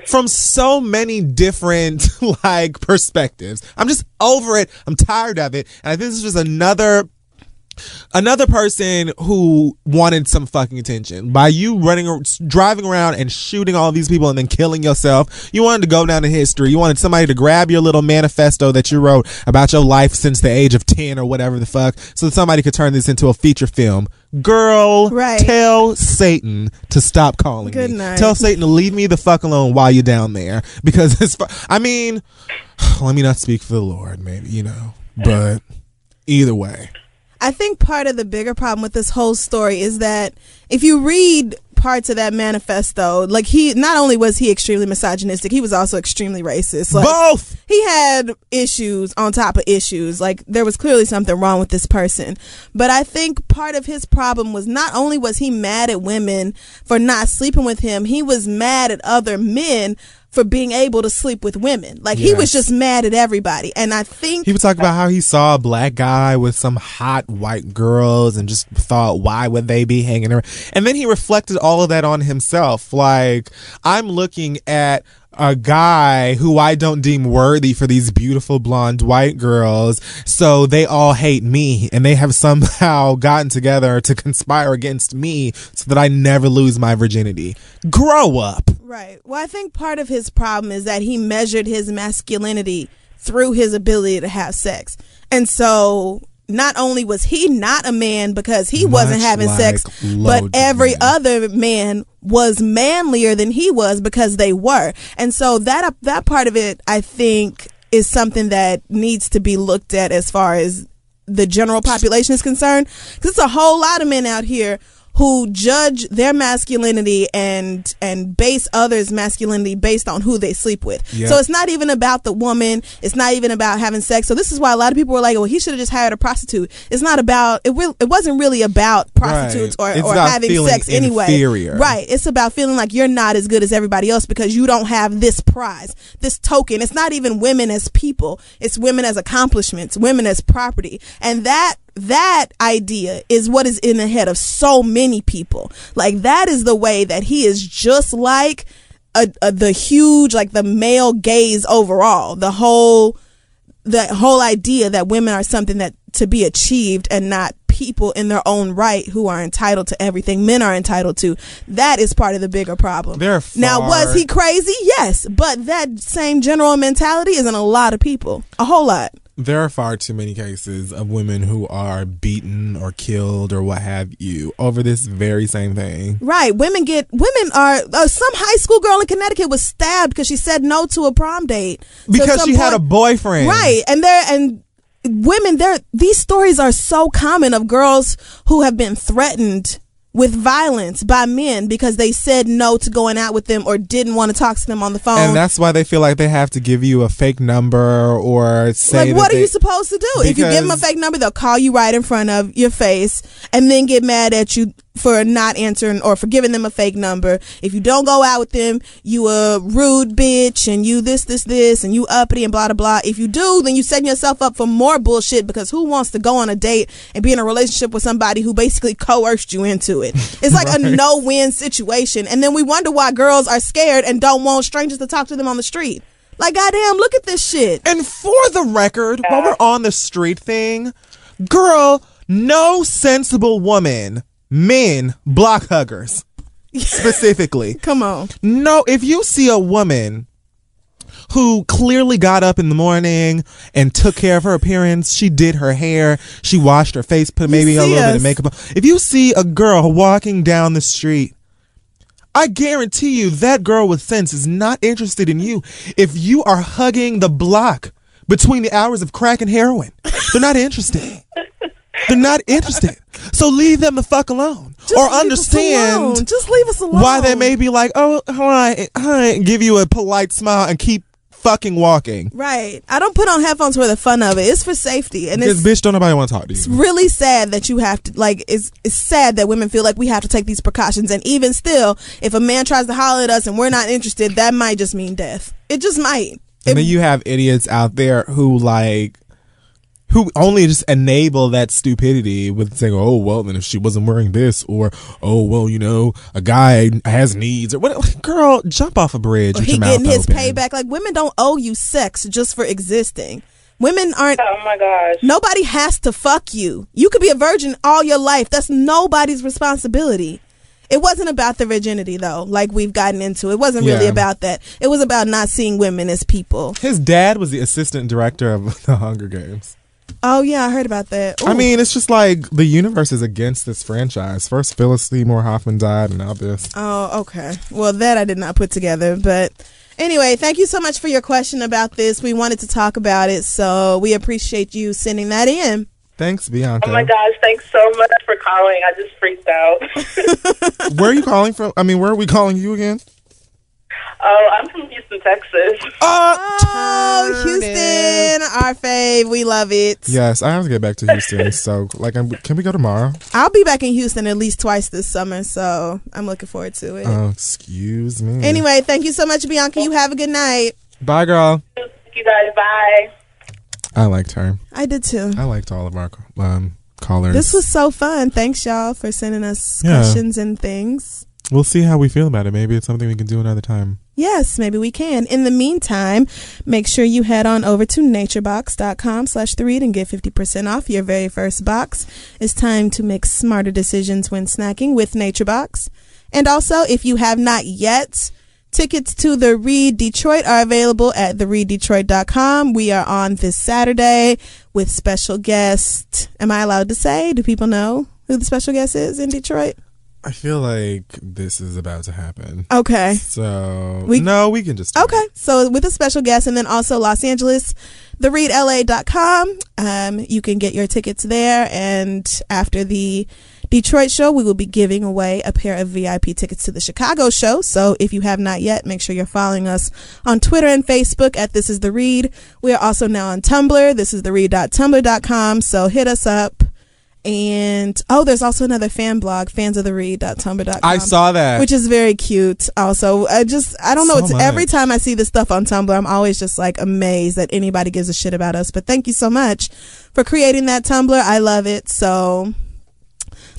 from so many different like perspectives. I'm just over it. I'm tired of it. And I think this is just another another person who wanted some fucking attention by you running ar- driving around and shooting all these people and then killing yourself you wanted to go down in history you wanted somebody to grab your little manifesto that you wrote about your life since the age of 10 or whatever the fuck so that somebody could turn this into a feature film girl right. tell satan to stop calling
Good
me
night.
tell satan to leave me the fuck alone while you're down there because it's fu- i mean let me not speak for the lord maybe you know but either way
I think part of the bigger problem with this whole story is that if you read parts of that manifesto, like he not only was he extremely misogynistic, he was also extremely racist. Like,
Both.
He had issues on top of issues. Like there was clearly something wrong with this person. But I think part of his problem was not only was he mad at women for not sleeping with him, he was mad at other men for being able to sleep with women. Like he
Yes.
was just mad at everybody. And I think
He was talking about how he saw a black guy with some hot white girls and just thought, why would they be hanging around? And then he reflected all of that on himself. Like, I'm looking at a guy who I don't deem worthy for these beautiful blonde white girls, so they all hate me and they have somehow gotten together to conspire against me so that I never lose my virginity. Grow up.
Right. Well, I think part of his problem is that he measured his masculinity through his ability to have sex. And so not only was he not a man because he wasn't
Much
having
like
sex, but
Lodi.
every other man was manlier than he was because they were. And so that uh, that part of it I think is something that needs to be looked at as far as the general population is concerned cuz it's a whole lot of men out here who judge their masculinity and and base others masculinity based on who they sleep with.
Yeah.
So it's not even about the woman, it's not even about having sex. So this is why a lot of people were like, "Well, he should have just hired a prostitute." It's not about it will, it wasn't really about prostitutes
Right.
or,
It's
or
about
having
feeling
sex anyway.
inferior.
Right. It's about feeling like you're not as good as everybody else because you don't have this prize, this token. It's not even women as people. It's women as accomplishments, women as property. And that that idea is what is in the head of so many people. Like that is the way that he is just like a, a, the huge like the male gaze overall. The whole the whole idea that women are something that to be achieved and not people in their own right who are entitled to everything men are entitled to that is part of the bigger problem
They're
now
far-
was he crazy yes but that same general mentality is in a lot of people a whole lot
there are far too many cases of women who are beaten or killed or what have you over this very same thing.
Right. Women get women are uh, some high school girl in Connecticut was stabbed because she said no to a prom date So
Because
some
she had a boyfriend.
Right. And there and women there these stories are so common of girls who have been threatened with violence by men because they said no to going out with them or didn't want to talk to them on the phone.
And that's why they feel like they have to give you a fake number or say
like
that
what are
they-
you supposed to do? If you give them a
Because-
fake number, they'll call you right in front of your face and then get mad at you for not answering or for giving them a fake number. If you don't go out with them, you a rude bitch and you this this this and you uppity and blah blah blah. If you do, then you setting yourself up for more bullshit because who wants to go on a date and be in a relationship with somebody who basically coerced you into it? It's like a
Right.
no win situation. And then we wonder why girls are scared and don't want strangers to talk to them on the street. Like goddamn, look at this shit.
And for the record, while we're on the street thing, girl, no sensible woman, men, block huggers specifically.
Come on.
No, if you see a woman who clearly got up in the morning and took care of her appearance. She did her hair. She washed her face, put maybe a
see
little bit
us.
of makeup on. If you see a girl walking down the street, I guarantee you that girl with sense is not interested in you. If you are hugging the block between the hours of crack and heroin, they're not interested. They're not interested. So leave them the fuck alone, or understand
alone. Just leave us alone.
why they may be like, "Oh, hi, hi," give you a polite smile and keep fucking walking.
Right. I don't put on headphones for the fun of it. It's for safety, and
Because
it's
bitch, don't nobody want to talk to you.
it's really sad that you have to like. It's it's sad that women feel like we have to take these precautions, and even still, if a man tries to holler at us and we're not interested, that might just mean death. It just might.
And then you have idiots out there who like who only just enable that stupidity with saying, "Oh well, then if she wasn't wearing this," or "Oh well, you know, a guy has needs," or what? like, Girl, jump off a bridge
Or
with
he
your mouth
getting his
open.
payback. Like women don't owe you sex just for existing. Women aren't.
Oh my gosh.
Nobody has to fuck you. You could be a virgin all your life. That's nobody's responsibility. It wasn't about the virginity though, like we've gotten into. It wasn't really
Yeah.
about that. It was about not seeing women as people.
His dad was the assistant director of the Hunger Games.
Oh yeah, I heard about that.
I
Ooh.
mean, it's just like the universe is against this franchise. First, Phyllis Seymour Hoffman died, and now this.
Oh, okay. Well, that I did not put together. But anyway, thank you so much for your question about this. We wanted to talk about it, so we appreciate you sending that in.
Thanks, Bianca.
Oh my gosh, thanks so much for calling. I just freaked out.
Where are you calling from? I mean, where are we calling you again?
oh, I'm from Houston, Texas.
Uh,
Oh, Houston, our fave. We love it.
Yes, I have to get back to Houston. So, like, I'm, can we go tomorrow?
I'll be back in Houston at least twice this summer, so I'm looking forward to it.
Oh, excuse me.
Anyway, thank you so much, Bianca. You have a good night.
bye, girl.
Thank you guys. Bye.
I liked her.
I did too.
I liked all of our um, callers.
This was so fun. Thanks, y'all, for sending us
Yeah.
questions and things.
We'll see how we feel about it. Maybe it's something we can do another time.
Yes, maybe we can. In the meantime, make sure you head on over to naturebox.com slash the read and get 50% off your very first box. It's time to make smarter decisions when snacking with NatureBox. And also, if you have not yet, tickets to the Read Detroit are available at thereaddetroit.com. We are on this Saturday with special guest. Am I allowed to say? Do people know who the special guest is in Detroit?
I feel like this is about to happen.
Okay.
So,
We-
no, we can just.
Okay. So with a special guest and then also Los Angeles, thereadla.com. Um, you can get your tickets there. And after the Detroit show, we will be giving away a pair of VIP tickets to the Chicago show. So if you have not yet, make sure you're following us on Twitter and Facebook at This Is The Read. We are also now on Tumblr. This is the read.tumblr.com. So hit us up. And oh, there's also another fan blog, fans of the read.tumblr.com.
I saw that.
Which is very cute. Also, I just, I don't know.
So
it's every
much.
time I see this stuff on Tumblr, I'm always just like amazed that anybody gives a shit about us. But thank you so much for creating that Tumblr. I love it. So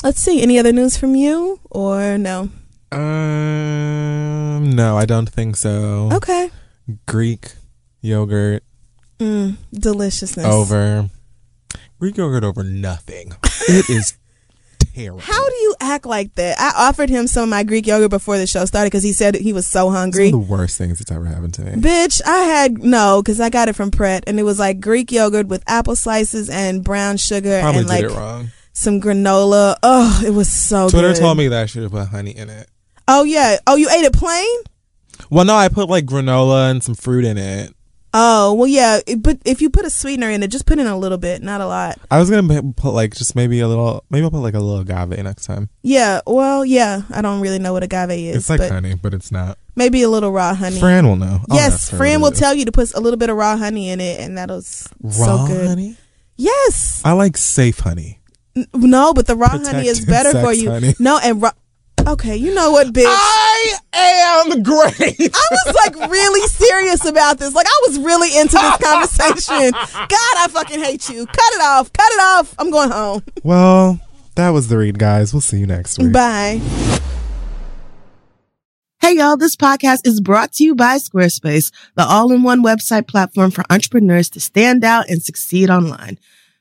let's see. Any other news from you or no?
Um, no, I don't think so.
Okay.
Greek yogurt
Mm, deliciousness.
over. Greek yogurt over nothing. it is terrible.
How do you act like that? I offered him some of my Greek yogurt before the show started because he said he was so hungry.
It's one of the worst things that's ever happened to me.
Bitch, I had no because I got it from Pret, and it was like Greek yogurt with apple slices and brown sugar
Probably
and
did
like
it wrong.
some granola. Oh, it was so.
Twitter
good.
told me that I should have put honey in it.
Oh yeah. Oh, you ate it plain.
Well, no, I put like granola and some fruit in it.
Oh well, yeah. it- But if you put a sweetener in it, just put in a little bit, not a lot.
I was gonna ma- put like just maybe a little, maybe I'll put like a little agave next time.
Yeah. Well, yeah. I don't really know what agave is.
It's like
but
honey, but it's not.
Maybe a little raw honey.
Fran will know. I'll
yes,
ask her
Fran
what
will
it is.
tell you to put a little bit of raw honey in it, and that'll s-
Raw
so good.
honey?
Yes.
I like safe honey.
N- No, but the raw honey is
Protected
better for
sex
you.
honey.
No, and raw. Okay, you know what, bitch?
I am great.
I was like really serious about this. Like I was really into this conversation. God, I fucking hate you. Cut it off. Cut it off. I'm going home.
Well, that was the read, guys. We'll see you next week.
Bye.
Hey y'all, this podcast is brought to you by Squarespace, the all-in-one website platform for entrepreneurs to stand out and succeed online.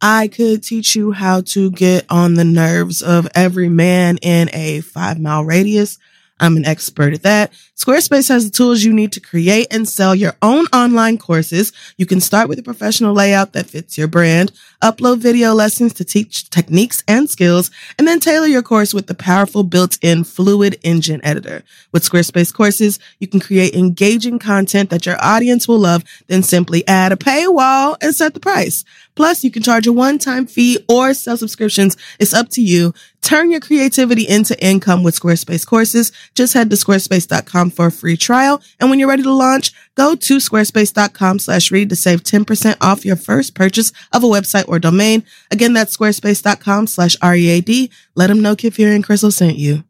I could teach you how to get on the nerves of every man in a five mile radius. I'm an expert at that. Squarespace has the tools you need to create and sell your own online courses. You can start with a professional layout that fits your brand, upload video lessons to teach techniques and skills, and then tailor your course with the powerful built-in Fluid Engine editor. With Squarespace courses, you can create engaging content that your audience will love, then simply add a paywall and set the price. Plus, you can charge a one-time fee or sell subscriptions. It's up to you. Turn your creativity into income with Squarespace courses. Just head to squarespace.com for a free trial. And when you're ready to launch, go to squarespace.com slash read to save 10% off your first purchase of a website or domain. Again, that's squarespace.com slash READ. Let them know Kid Fury and Crystal sent you.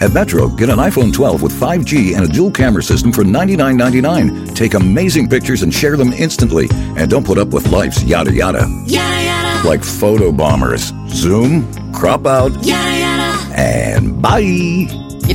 At Metro, get an iPhone 12 with 5G and a dual camera system for $99.99. Take amazing pictures and share them instantly. And don't put up with life's yada yada.
Yada yada.
Like photo bombers. Zoom, crop out,
Yada yada.
and bye.
You